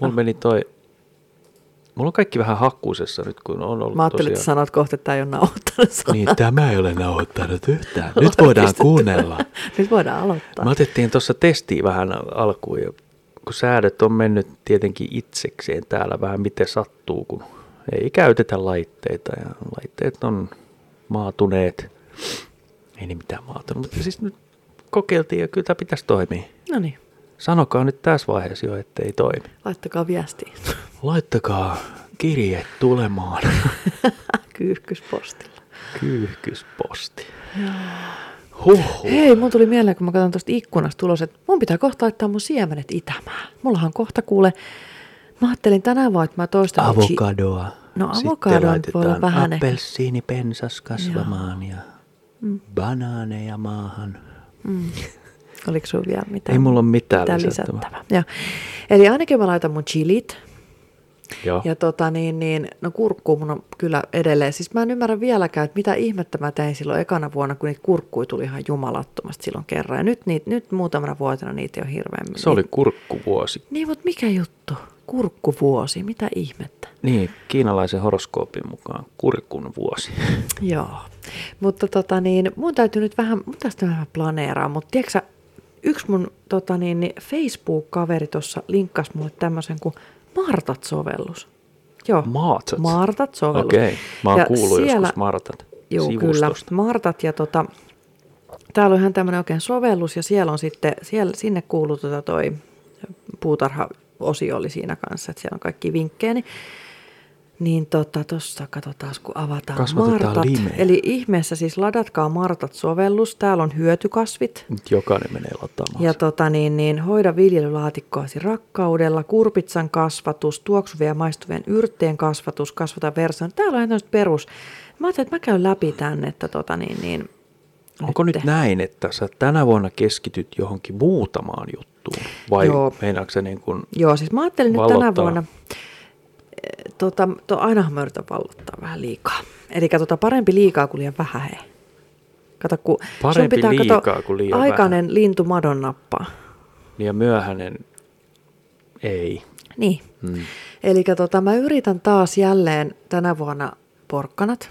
A: mulla meni toi... Mulla on kaikki vähän hakkuusessa nyt, kun on ollut
B: Mä ajattelin, että
A: tosiaan...
B: sanot kohta, että tämä ei ole nauhoittanut.
C: Niin tämä ei ole nauhoittanut yhtään. Nyt voidaan kuunnella.
B: Nyt voidaan aloittaa.
A: Me otettiin tuossa testiä vähän alkuun, ja kun säädöt on mennyt tietenkin itsekseen täällä vähän miten sattuu, kun ei käytetä laitteita ja laitteet on maatuneet. Ei niin mitään maatunut, mutta siis nyt kokeiltiin ja kyllä tämä pitäisi toimia.
B: No niin,
A: Sanokaa nyt tässä vaiheessa jo, ettei toimi.
B: laittakaa viestiä
A: Laittakaa kirje tulemaan.
B: kyyhkyspostilla.
A: Kyyhkysposti. Huhhuh.
B: Hei, mun tuli mieleen, kun mä katson tuosta ikkunasta ulos, että mun pitää kohta laittaa mun siemenet itämään. Mullahan kohta kuule, mä ajattelin tänään vaan, että mä toistan...
A: Avokadoa.
B: No,
A: Sitten
B: avokadon voi
A: laitetaan
B: olla vähän ehkä.
A: appelsiinipensas kasvamaan ja mm. banaaneja maahan.
B: mm. Oliko sun vielä mitään?
A: Ei mulla ole mitään lisättävää.
B: lisättävää. Joo. Eli ainakin mä laitan mun chilit.
A: Joo.
B: Ja tota niin, niin, no kurkku mun on kyllä edelleen. Siis mä en ymmärrä vieläkään, että mitä ihmettä mä tein silloin ekana vuonna, kun niitä kurkkuja tuli ihan jumalattomasti silloin kerran. Ja nyt, niitä, nyt muutamana vuotena niitä on hirveämmin.
A: Se oli kurkkuvuosi.
B: Niin, mutta mikä juttu? Kurkkuvuosi, mitä ihmettä?
A: Niin, kiinalaisen horoskoopin mukaan kurkun vuosi.
B: Joo, mutta tota niin, mun täytyy nyt vähän, mun tästä vähän planeeraa, mutta tiedätkö sä, yksi mun tota niin, niin Facebook-kaveri tuossa linkkasi mulle tämmöisen kuin Martat-sovellus. Joo.
A: Martat?
B: Martat-sovellus.
A: Okei, okay. mä oon
B: Ja
A: kuullut siellä... joskus Martat
B: Joo, kyllä.
A: sivustosta.
B: Martat ja tota, täällä on ihan tämmöinen oikein sovellus ja siellä on sitten, siellä, sinne kuuluu tota toi puutarha-osio oli siinä kanssa, että siellä on kaikki vinkkejä. Niin, niin tota, tossa katsotaan, kun avataan
A: Kasvatetaan
B: Martat.
A: limeä.
B: Eli ihmeessä siis ladatkaa Martat-sovellus, täällä on hyötykasvit.
A: Nyt Jokainen menee lataamaan.
B: Ja
A: Ja...
B: tota, niin, niin, hoida viljelylaatikkoasi rakkaudella, kurpitsan kasvatus, tuoksuvien ja maistuvien yrttien kasvatus, kasvata versoon. Täällä on ihan tämmöset perus. Mä ajattelin, että mä käyn läpi tänne, että tota, niin, niin,
A: Onko nyt näin, että sä tänä vuonna keskityt johonkin muutamaan juttuun? Vai
B: Joo.
A: meinaatko sä niin kuin...
B: Joo, siis mä ajattelin nyt tänä
A: Vallottaa.
B: vuonna, eh, tota, to, ainahan mä yritän vallottaa vähän liikaa. Eli tota, parempi liikaa kuin liian vähän hei. Kato, kun sun
A: Parempi
B: pitää
A: liikaa
B: kato,
A: kuin liian
B: aikainen lintu madon nappaa.
A: Ja myöhäinen ei.
B: Niin. Mm. Eli tota, mä yritän taas jälleen tänä vuonna porkkanat.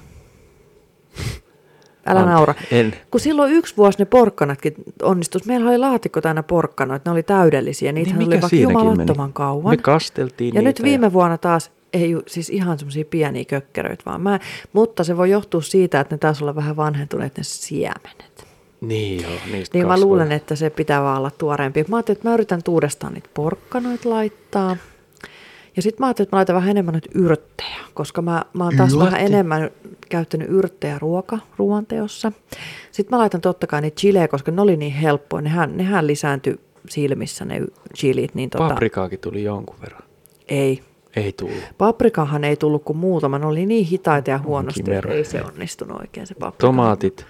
B: Älä
A: Ante-
B: naura.
A: en.
B: Kun silloin yksi vuosi ne porkkanatkin onnistus. Meillä oli laatikko täynnä porkkanoita, ne oli
A: Niin
B: täydellisiä. Niitä oli vaikka
A: siinäkin
B: jumalattoman kauan.
A: Me kasteltiin
B: ja
A: niitä
B: nyt viime vuonna taas ei ole siis ihan semmoisia pieniä kökkeröitä, vaan mä, mutta se voi johtua siitä, että ne taisi olla vähän vanhentuneet ne siemenet.
A: Niin joo, niistä
B: Niin mä
A: kasvoi.
B: luulen, että se pitää vaan olla tuoreempi. Mä ajattelin, että mä yritän nyt uudestaan niitä porkkanoita laittaa. Ja sitten mä ajattelin, että mä laitan vähän enemmän nyt yrttejä, koska mä, mä oon taas vähän enemmän käyttänyt yrttejä ruoka, ruoanteossa. Sitten mä laitan totta kai niitä chilejä, koska ne oli niin helppoja. Nehän, nehän lisääntyi silmissä ne y- chilit. Niin tota,
A: Paprikaakin tuli jonkun verran.
B: Ei.
A: Ei tullut.
B: Paprikahan ei tullut kuin muutama. Ne oli niin hitaita ja huonosti, että
A: Kimero.
B: ei se onnistunut oikein se paprika.
A: Tomaatit.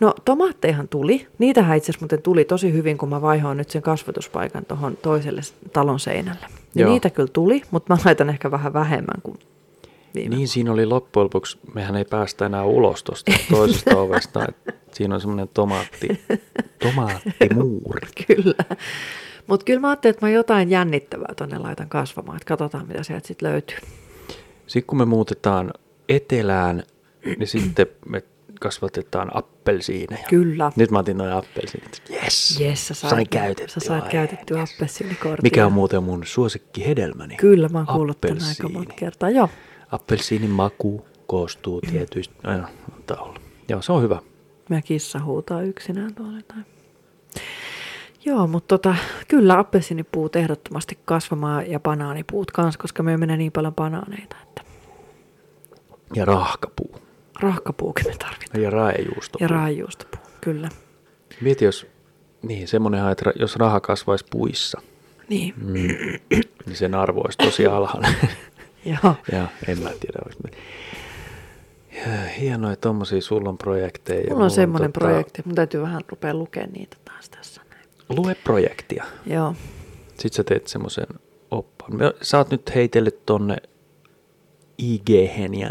B: No tomaattejahan tuli. Niitähän itse asiassa muuten tuli tosi hyvin, kun mä vaihoin nyt sen kasvatuspaikan tuohon toiselle s- talon seinälle. Ja
A: Joo.
B: niitä kyllä tuli, mutta mä laitan ehkä vähän vähemmän kuin viime.
A: Niin siinä oli loppujen lopuksi, mehän ei päästä enää ulos tuosta toisesta ovesta. et Siinä on semmoinen tomaatti, tomaattimuuri.
B: Kyllä. Mutta kyllä mä ajattelin, että mä jotain jännittävää tonne laitan kasvamaan. Että katsotaan, mitä sieltä sitten löytyy.
A: Niin. Sitten kun me muutetaan etelään, niin sitten me kasvatetaan appelsiineja.
B: Kyllä.
A: Nyt mä otin noin appelsiinit. Yes.
B: Jes, sä
A: Sain
B: sait,
A: käytettyä.
B: sä sait
A: Ai,
B: käytettyä
A: yes.
B: appelsiinikorttia.
A: Mikä on muuten mun suosikki hedelmäni?
B: Kyllä, mä oon kuullut tämän aika
A: Appelsiini.
B: monta kertaa. Joo.
A: Appelsiinin maku koostuu tietyistä... Aina, antaa olla. Joo, se on hyvä.
B: Mä kissa huutaa yksinään tuolla jotain. Joo, mutta tota, kyllä appelsiinipuut ehdottomasti kasvamaan ja banaanipuut kanssa, koska me menee niin paljon banaaneita, että
A: Ja rahkapuu.
B: rahkapuukin me tarvitaan.
A: Ja raejuusto.
B: Ja raajuustopuu, kyllä.
A: Mieti, jos, niin, semmoinenhan, että ra- jos raha kasvaisi puissa,
B: Niin, mm.
A: niin sen arvo olisi tosi alhainen.
B: joo.
A: ja en mä tiedä. olis mä- Ja, Hienoa, että tommosia sulla on projekteja. ja
B: Mulla on semmoinen
A: tota,
B: projekti, mun täytyy vähän rupea lukemaan niitä taas tässä. näin.
A: Lue projektia.
B: Joo,
A: Sitten sä teet semmoisen oppaan. Me- Sä oot nyt heitellyt tonne ig ja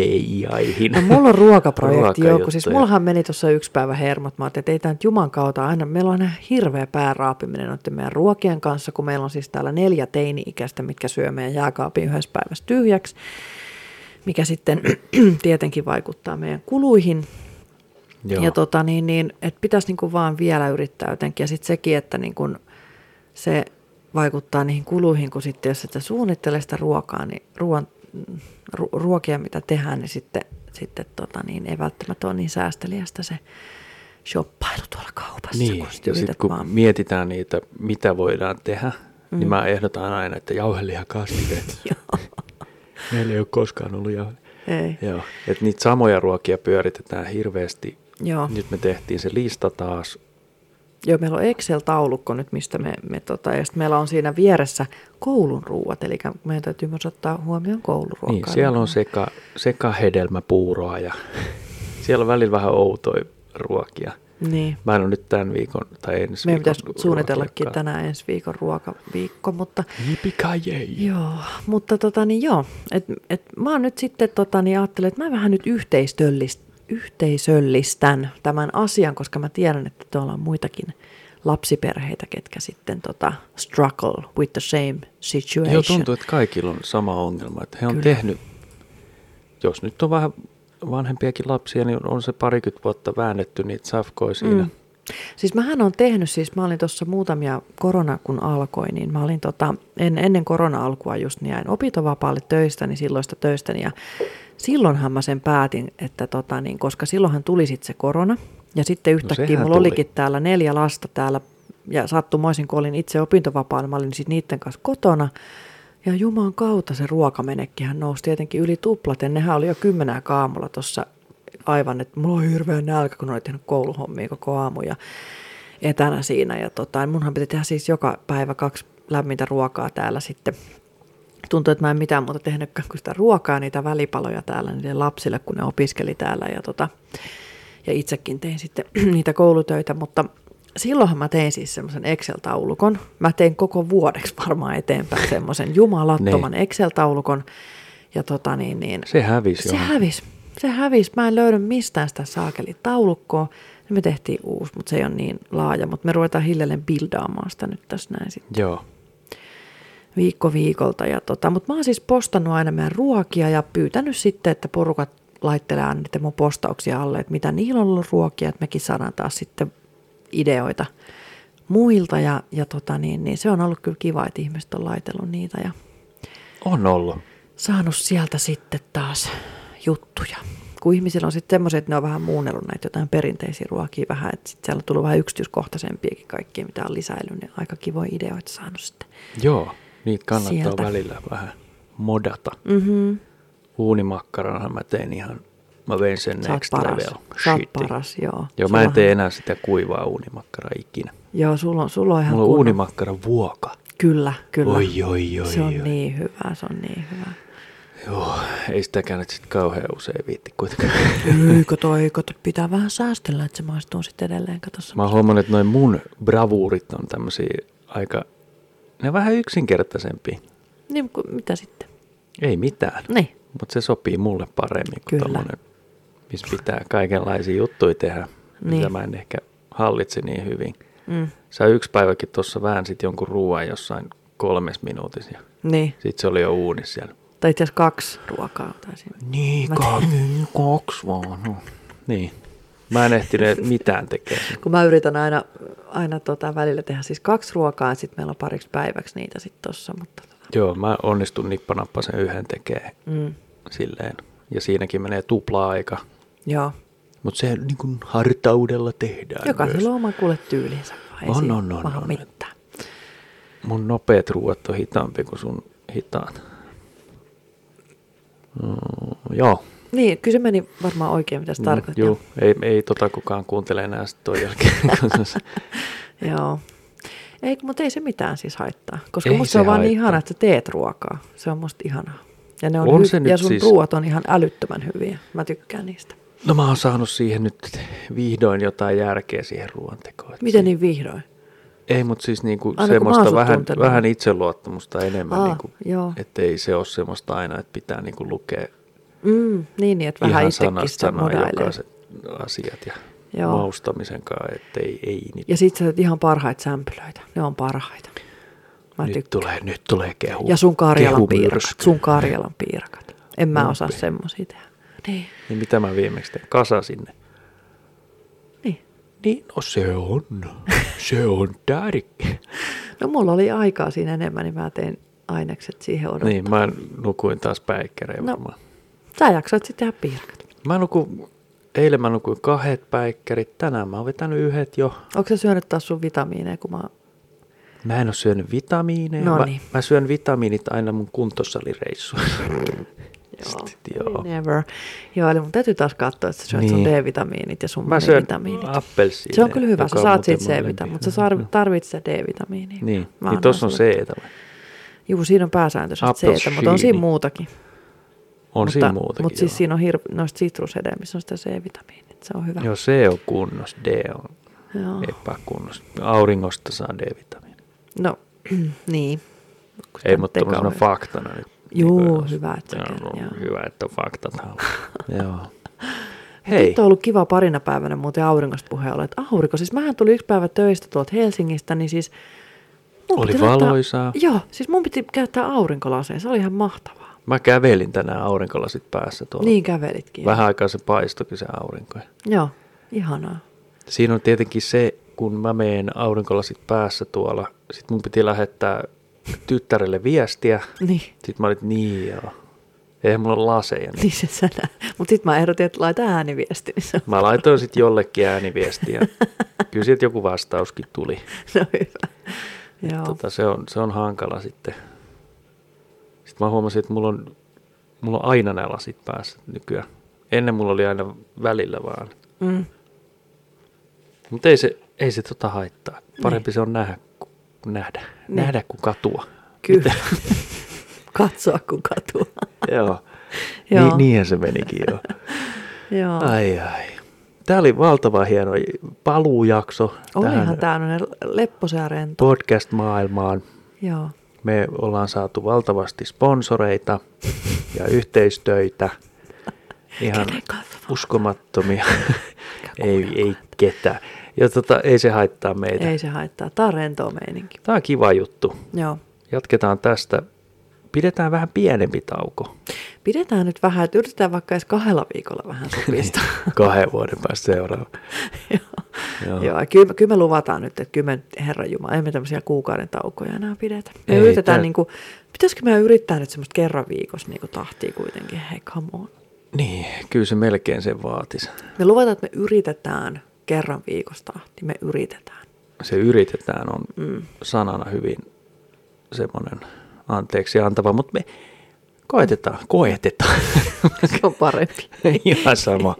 A: FBI-hin.
B: No mulla on ruokaprojekti, joo, kun siis
A: Ruokajuttuja.
B: mullahan meni tuossa yksi päivä hermot. Mä ajattelin, että ei tämä nyt juman kautta aina. Meillä on aina hirveä pääraapiminen noiden meidän ruokien kanssa, kun meillä on siis täällä neljä teini-ikäistä, mitkä syö meidän jääkaapin yhdessä päivässä tyhjäksi, mikä sitten tietenkin vaikuttaa meidän kuluihin.
A: Joo.
B: Ja tota niin, niin että pitäisi niinku vaan vielä yrittää jotenkin. Ja sitten sekin, että niinku se vaikuttaa niihin kuluihin, kun sitten jos sitä suunnittelee sitä ruokaa, niin ruoan, ru, ruokia, mitä tehdään, niin sitten, sitten tota niin, ei välttämättä ole niin säästeliästä se shoppailu tuolla kaupassa,
A: Niin,
B: sit
A: ja sitten
B: yrität
A: kun
B: vaan-
A: mietitään niitä, mitä voidaan tehdä, mm. niin mä ehdotan aina, että jauheliha kastiteet.
B: Joo,
A: Meillä ei ole koskaan ollut jauhe.
B: ei.
A: Joo, että niitä samoja ruokia pyöritetään hirveästi.
B: Joo.
A: Nyt me tehtiin se lista taas.
B: Joo, meillä on Excel-taulukko nyt, mistä me, me tota, ja sitten meillä on siinä vieressä koulun ruuat, eli meidän täytyy myös ottaa huomioon kouluruokaa.
A: Niin, siellä on seka, seka hedelmäpuuroa ja siellä on välillä vähän outoja ruokia.
B: Niin.
A: Mä en ole nyt tämän viikon tai ensi
B: Meidän
A: viikon
B: pitäisi suunnitellakin tänään ensi viikon ruokaviikko, mutta
A: Jipikajei.
B: joo, mutta tota niin joo, et, et mä oon nyt sitten tota niin ajattelen, että mä vähän nyt yhteistöllist, yhteisöllistän tämän asian, koska mä tiedän, että tuolla on muitakin lapsiperheitä, ketkä sitten tota struggle with the same situation.
A: Joo, tuntuu, että kaikilla on sama ongelma. Että he on
B: Kyllä.
A: Kyllä. tehnyt, jos nyt on vähän vanhempiakin lapsia, niin on se parikymmentä vuotta väännetty niitä safkoja siinä. Mm.
B: Siis mähän on tehnyt, siis mä olin tuossa muutamia korona kun alkoi, niin mä olin tota, en, ennen korona-alkua just niin jäin opintovapaalle töistäni, silloista töistäni ja silloinhan mä sen päätin, että tota niin, koska silloinhan tuli sitten se korona ja sitten yhtäkkiä
A: No sehän
B: mulla
A: tuli.
B: olikin täällä neljä lasta täällä ja sattumoisin kun olin itse opintovapaalla, mä olin sitten niiden kanssa kotona ja Juman kautta se ruokamenekkihän nousi tietenkin yli tuplaten. Nehän oli jo kymmenää kaamulla tuossa aivan, että mulla on hirveä nälkä, kun olin tehnyt kouluhommia koko aamu ja etänä siinä. Ja tota, munhan piti tehdä siis joka päivä kaksi lämmintä ruokaa täällä sitten. Tuntuu, että mä en mitään muuta tehnytkään kuin sitä ruokaa ja niitä välipaloja täällä niille lapsille, kun ne opiskeli täällä. Ja, tota, ja itsekin tein sitten niitä koulutöitä, mutta silloinhan mä tein siis semmoisen Excel-taulukon. Mä tein koko vuodeksi varmaan eteenpäin
A: Niin.
B: semmoisen jumalattoman Excel-taulukon. Ja tota niin, niin,
A: Se hävisi
B: se
A: johonkin.
B: hävisi. Se hävisi. Mä en löydy mistään sitä saakeli taulukkoa. Ja Me tehtiin uusi, mutta se ei ole niin laaja. Mutta me ruvetaan hiljalleen bildaamaan sitä nyt tässä näin sitten
A: Joo.
B: viikko viikolta. Ja tota, mutta mä oon siis postannut aina meidän ruokia ja pyytänyt sitten, että porukat laittelemaan niitä mun postauksia alle, että mitä niillä on ollut ruokia, että mekin saadaan taas sitten ideoita muilta. Ja, ja tota niin, niin se on ollut kyllä kiva, että ihmiset on laitellut niitä ja
A: On ollut.
B: saanut sieltä sitten taas juttuja. Kun ihmisillä on sitten semmoiset, että ne on vähän muunnellut näitä jotain perinteisiä ruokia vähän, että sitten siellä on tullut vähän yksityiskohtaisempiakin kaikkea, mitä on lisäillyt, niin aika kivoja ideoita saanut sitten.
A: Joo, niitä kannattaa
B: Sieltä.
A: Sieltä. välillä vähän modata.
B: Mm-hmm.
A: Uunimakkaranhan mä tein ihan, mä vein sen
B: Sä oot
A: next
B: paras.
A: level.
B: Sä oot
A: shitin.
B: paras, joo.
A: Joo, mä en
B: Sullahan-
A: tee enää sitä kuivaa uunimakkaraa ikinä.
B: Joo, sulla on, sulla on ihan
A: Mulla on
B: kunnon-
A: uunimakkara vuoka.
B: Kyllä, kyllä.
A: Oi, oi, oi,
B: se on
A: oi.
B: niin hyvä, se on niin hyvä.
A: Joo, ei sitäkään nyt sit kauhean usein viitti kuitenkaan.
B: Ei, kato, ei, kato, pitää vähän säästellä, että se maistuu sitten edelleen. Kato, se-
A: Mä oon huomannut, että noin mun bravuurit on tämmösiä aika, ne on vähän yksinkertaisempia.
B: Niin, ku- mitä sitten?
A: Ei mitään.
B: Niin.
A: Mutta se sopii mulle paremmin kuin
B: Kyllä.
A: tommonen, missä pitää kaikenlaisia juttuja tehdä, niin. mitä
B: Niin.
A: mä en ehkä hallitse niin hyvin.
B: Mm.
A: Sä yksi päiväkin tuossa väänsit jonkun ruoan jossain kolmes minuutissa ja
B: Niin.
A: sit se oli jo uunissa siellä.
B: Tai itse asiassa kaksi ruokaa. Tai siinä.
A: Niin,
B: Mä ka-
A: kaksi vaan. No. Niin. Mä en ehtinyt mitään tekemään.
B: Kun mä yritän aina, aina tota välillä tehdä siis kaksi ruokaa, ja sitten meillä on pariksi päiväksi niitä sitten tossa. Mutta tota,
A: Joo, mä onnistun nippanappa sen yhden tekee
B: mm,
A: silleen. Ja siinäkin menee tupla aika.
B: joo.
A: Mutta se niin kuin hartaudella tehdään myös.
B: Jokaisella on oma kuule tyylinsä. vaan ei
A: On,
B: siinä
A: on, on,
B: pahan
A: on.
B: mitään.
A: Mun nopeat ruuat on hitaampi kuin sun hitaat. Mm, joo.
B: Niin, kyllä se meni varmaan oikein,
A: Mm,
B: mitä se tarkoittaa.
A: Joo, ei, ei tota kukaan kuuntele enää sit ton jälkeen. kun se-
B: Joo. Ei, mutta ei se mitään siis haittaa. Koska
A: Ei
B: musta
A: se
B: se on vaan niin
A: haittaa.
B: ihana, että sä teet ruokaa. Se on musta ihanaa. Ja, ne on
A: On
B: hy-
A: se nyt
B: ja sun
A: siis-
B: ruoat on ihan älyttömän hyviä. Mä tykkään niistä.
A: no mä oon saanut siihen nyt vihdoin jotain järkeä siihen ruoantekoon. Et
B: Miten niin vihdoin?
A: Ei, mutta siis niinku
B: kun mä oon
A: semmoista
B: sut
A: vähän,
B: tuntenut.
A: vähän itseluottamusta enemmän,
B: Aa,
A: niinku,
B: joo.
A: että ei se ole semmoista aina, että pitää niinku lukea
B: Mm, niin, niin, että vähän
A: ihan
B: itsekin
A: sanasta
B: sitä
A: sanaa
B: modailee.
A: jokaiset asiat ja
B: Joo.
A: joo. maustamisen kanssa, että ei, ei niitä.
B: Ja sit sä teet ihan parhaita sämpylöitä. Ne on parhaita. Mä
A: nyt
B: tykkään.
A: tulee, nyt tulee kehu.
B: Ja sun Karjalan
A: kehumyrsky.
B: piirakat. Sun Karjalan piirakat. En mä osaa semmosia tehdä. Niin,
A: Niin mitä mä viimeksi tein? Kasa sinne.
B: niin.
A: Niin, no se on. Se on tärkeä.
B: No mulla oli aikaa siinä enemmän, niin mä tein ainekset siihen odottamaan.
A: niin, mä nukuin taas päikkäreen
B: No.
A: no. varmaan.
B: Sä jaksoit sitten tehdä piirakat.
A: Mä nukuin, eilen mä nukuin kahdet päikkärit, tänään mä oon vetänyt yhdet jo.
B: Onko se syönyt taas sun vitamiineja, kun mä...
A: Mä en oo syönyt vitamiineja.
B: No
A: mä,
B: niin.
A: mä, syön vitamiinit aina mun kuntosalireissuilla. Sitten joo.
B: Never. Joo, eli mun täytyy taas katsoa, että sä syöt niin. sun
A: Niin.
B: D-vitamiinit ja sun
A: Mä syön
B: vitamiinit.
A: appelsiineja.
B: Se on kyllä hyvä,
A: joka
B: sä
A: on
B: saat
A: muuten
B: siitä
A: mun
B: C-vitamiinia,
A: lempi.
B: mutta sä sarvi- tarvitset sitä D-vitamiinia.
A: Niin,
B: Mä
A: niin
B: annan
A: tossa on
B: sulle.
A: c
B: Juu, siinä on pääsääntöisesti C, mutta on siinä
A: Appelsiini.
B: muutakin.
A: On
B: mutta,
A: siinä muutakin.
B: Mutta siis
A: joo.
B: siinä on hir- noista sitrushedelmissä on sitä C-vitamiinia, että se on hyvä.
A: Joo, C on kunnos, D on
B: Joo.
A: epäkunnos. Auringosta saa D-vitamiini.
B: No, niin. Kun
A: Ei,
B: sitä
A: mutta
B: nyt
A: tämmöisenä
B: kauhean-
A: faktana nyt.
B: Juu,
A: niin kuin-
B: hyvä, että sä
A: Joo,
B: kerrot,
A: no,
B: joo.
A: Hyvä, että on faktat alla. Joo.
B: Hei.
A: Hei,
B: Nyt on ollut kiva parina päivänä muuten auringosta puheen ollen. Että aurinko, siis mähän tuli yksi päivä töistä tuolta Helsingistä, niin siis... mun
A: Oli
B: piti laittaa-
A: valoisaa.
B: Joo, siis mun piti käyttää aurinkolaseen. Se oli ihan mahtavaa.
A: mä kävelin tänään aurinkolasit päässä tuolla.
B: Niin kävelitkin.
A: Vähän aikaa se paistokin se aurinko.
B: Joo, ihanaa.
A: Siinä on tietenkin se, kun mä meen aurinkolasit päässä tuolla, sit mun piti lähettää tyttärelle viestiä.
B: Niin,
A: Sitten mä olin, että niin joo. Eihän mulla ole laseja. Niin.
B: niin se sanä. Mutta sitten mä ehdotin, että laita ääniviesti. Niin se on,
A: Mä laitoin sitten jollekin ääniviestiä. Kyllä sieltä joku vastauskin tuli.
B: se on hyvä. Joo.
A: Tota, se, on, se on hankala sitten. Sitten mä huomasin, että mulla on, mulla on aina nämä lasit päässä nykyään. Ennen mulla oli aina välillä vaan.
B: Mm.
A: Mutta ei se, ei se tota haittaa. Parempi se on nähdä kuin, nähdä.
B: Niin.
A: nähdä kuin katua.
B: Kyllä. Katsoa kun katua.
A: Joo.
B: Joo.
A: Ni, niinhän se menikin jo.
B: Joo.
A: Ai ai. Tämä oli valtava hieno paluujakso
B: Olihan
A: tähän
B: tää on lepposa ja rento.
A: podcast-maailmaan.
B: Joo.
A: Me ollaan saatu valtavasti sponsoreita ja yhteistöitä. Ihan
B: Kenen kanssa vaan.
A: uskomattomia. ei, ei ketään. Ja tota, ei se haittaa meitä.
B: Ei se haittaa. Tää on rentoa meininki.
A: Tämä on kiva juttu.
B: Joo.
A: Jatketaan tästä. Pidetään vähän pienempi tauko.
B: pidetään nyt vähän, että yritetään vaikka edes kahdella viikolla vähän supistaa.
A: Niin, Kahden vuoden päästä seuraava.
B: Joo. Joo, kyllä, kyllä me luvataan nyt, että kyllä me, herra Jumala, emme tämmöisiä kuukauden taukoja enää pidetä. Me
A: Ei,
B: Ei, yritetään,
A: tää-
B: niin kuin, pitäisikö me yrittää nyt semmoista kerran viikossa niin kuin tahtia kuitenkin, hei come on.
A: Niin, kyllä se melkein sen vaatisi.
B: Me luvataan, että me yritetään kerran viikossa tahti, me yritetään.
A: Se yritetään on mm. sanana hyvin semmoinen anteeksi antava, mutta me koetetaan, koetetaan.
B: Se on parempi.
A: Ihan sama.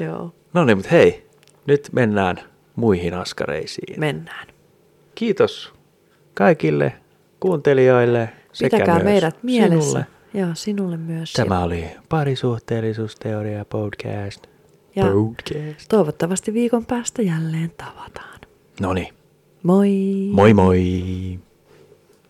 B: Joo,
A: No niin, mutta hei, nyt mennään muihin askareisiin.
B: mennään.
A: Kiitos kaikille kuuntelijoille sekä
B: Pitäkää
A: myös
B: meidät mielessä.
A: sinulle.
B: Joo, sinulle myös.
A: Tämä oli parisuhteellisuusteoria podcast.
B: Ja
A: podcast.
B: toivottavasti viikon päästä jälleen tavataan.
A: No niin,
B: Moi!
A: moi moi!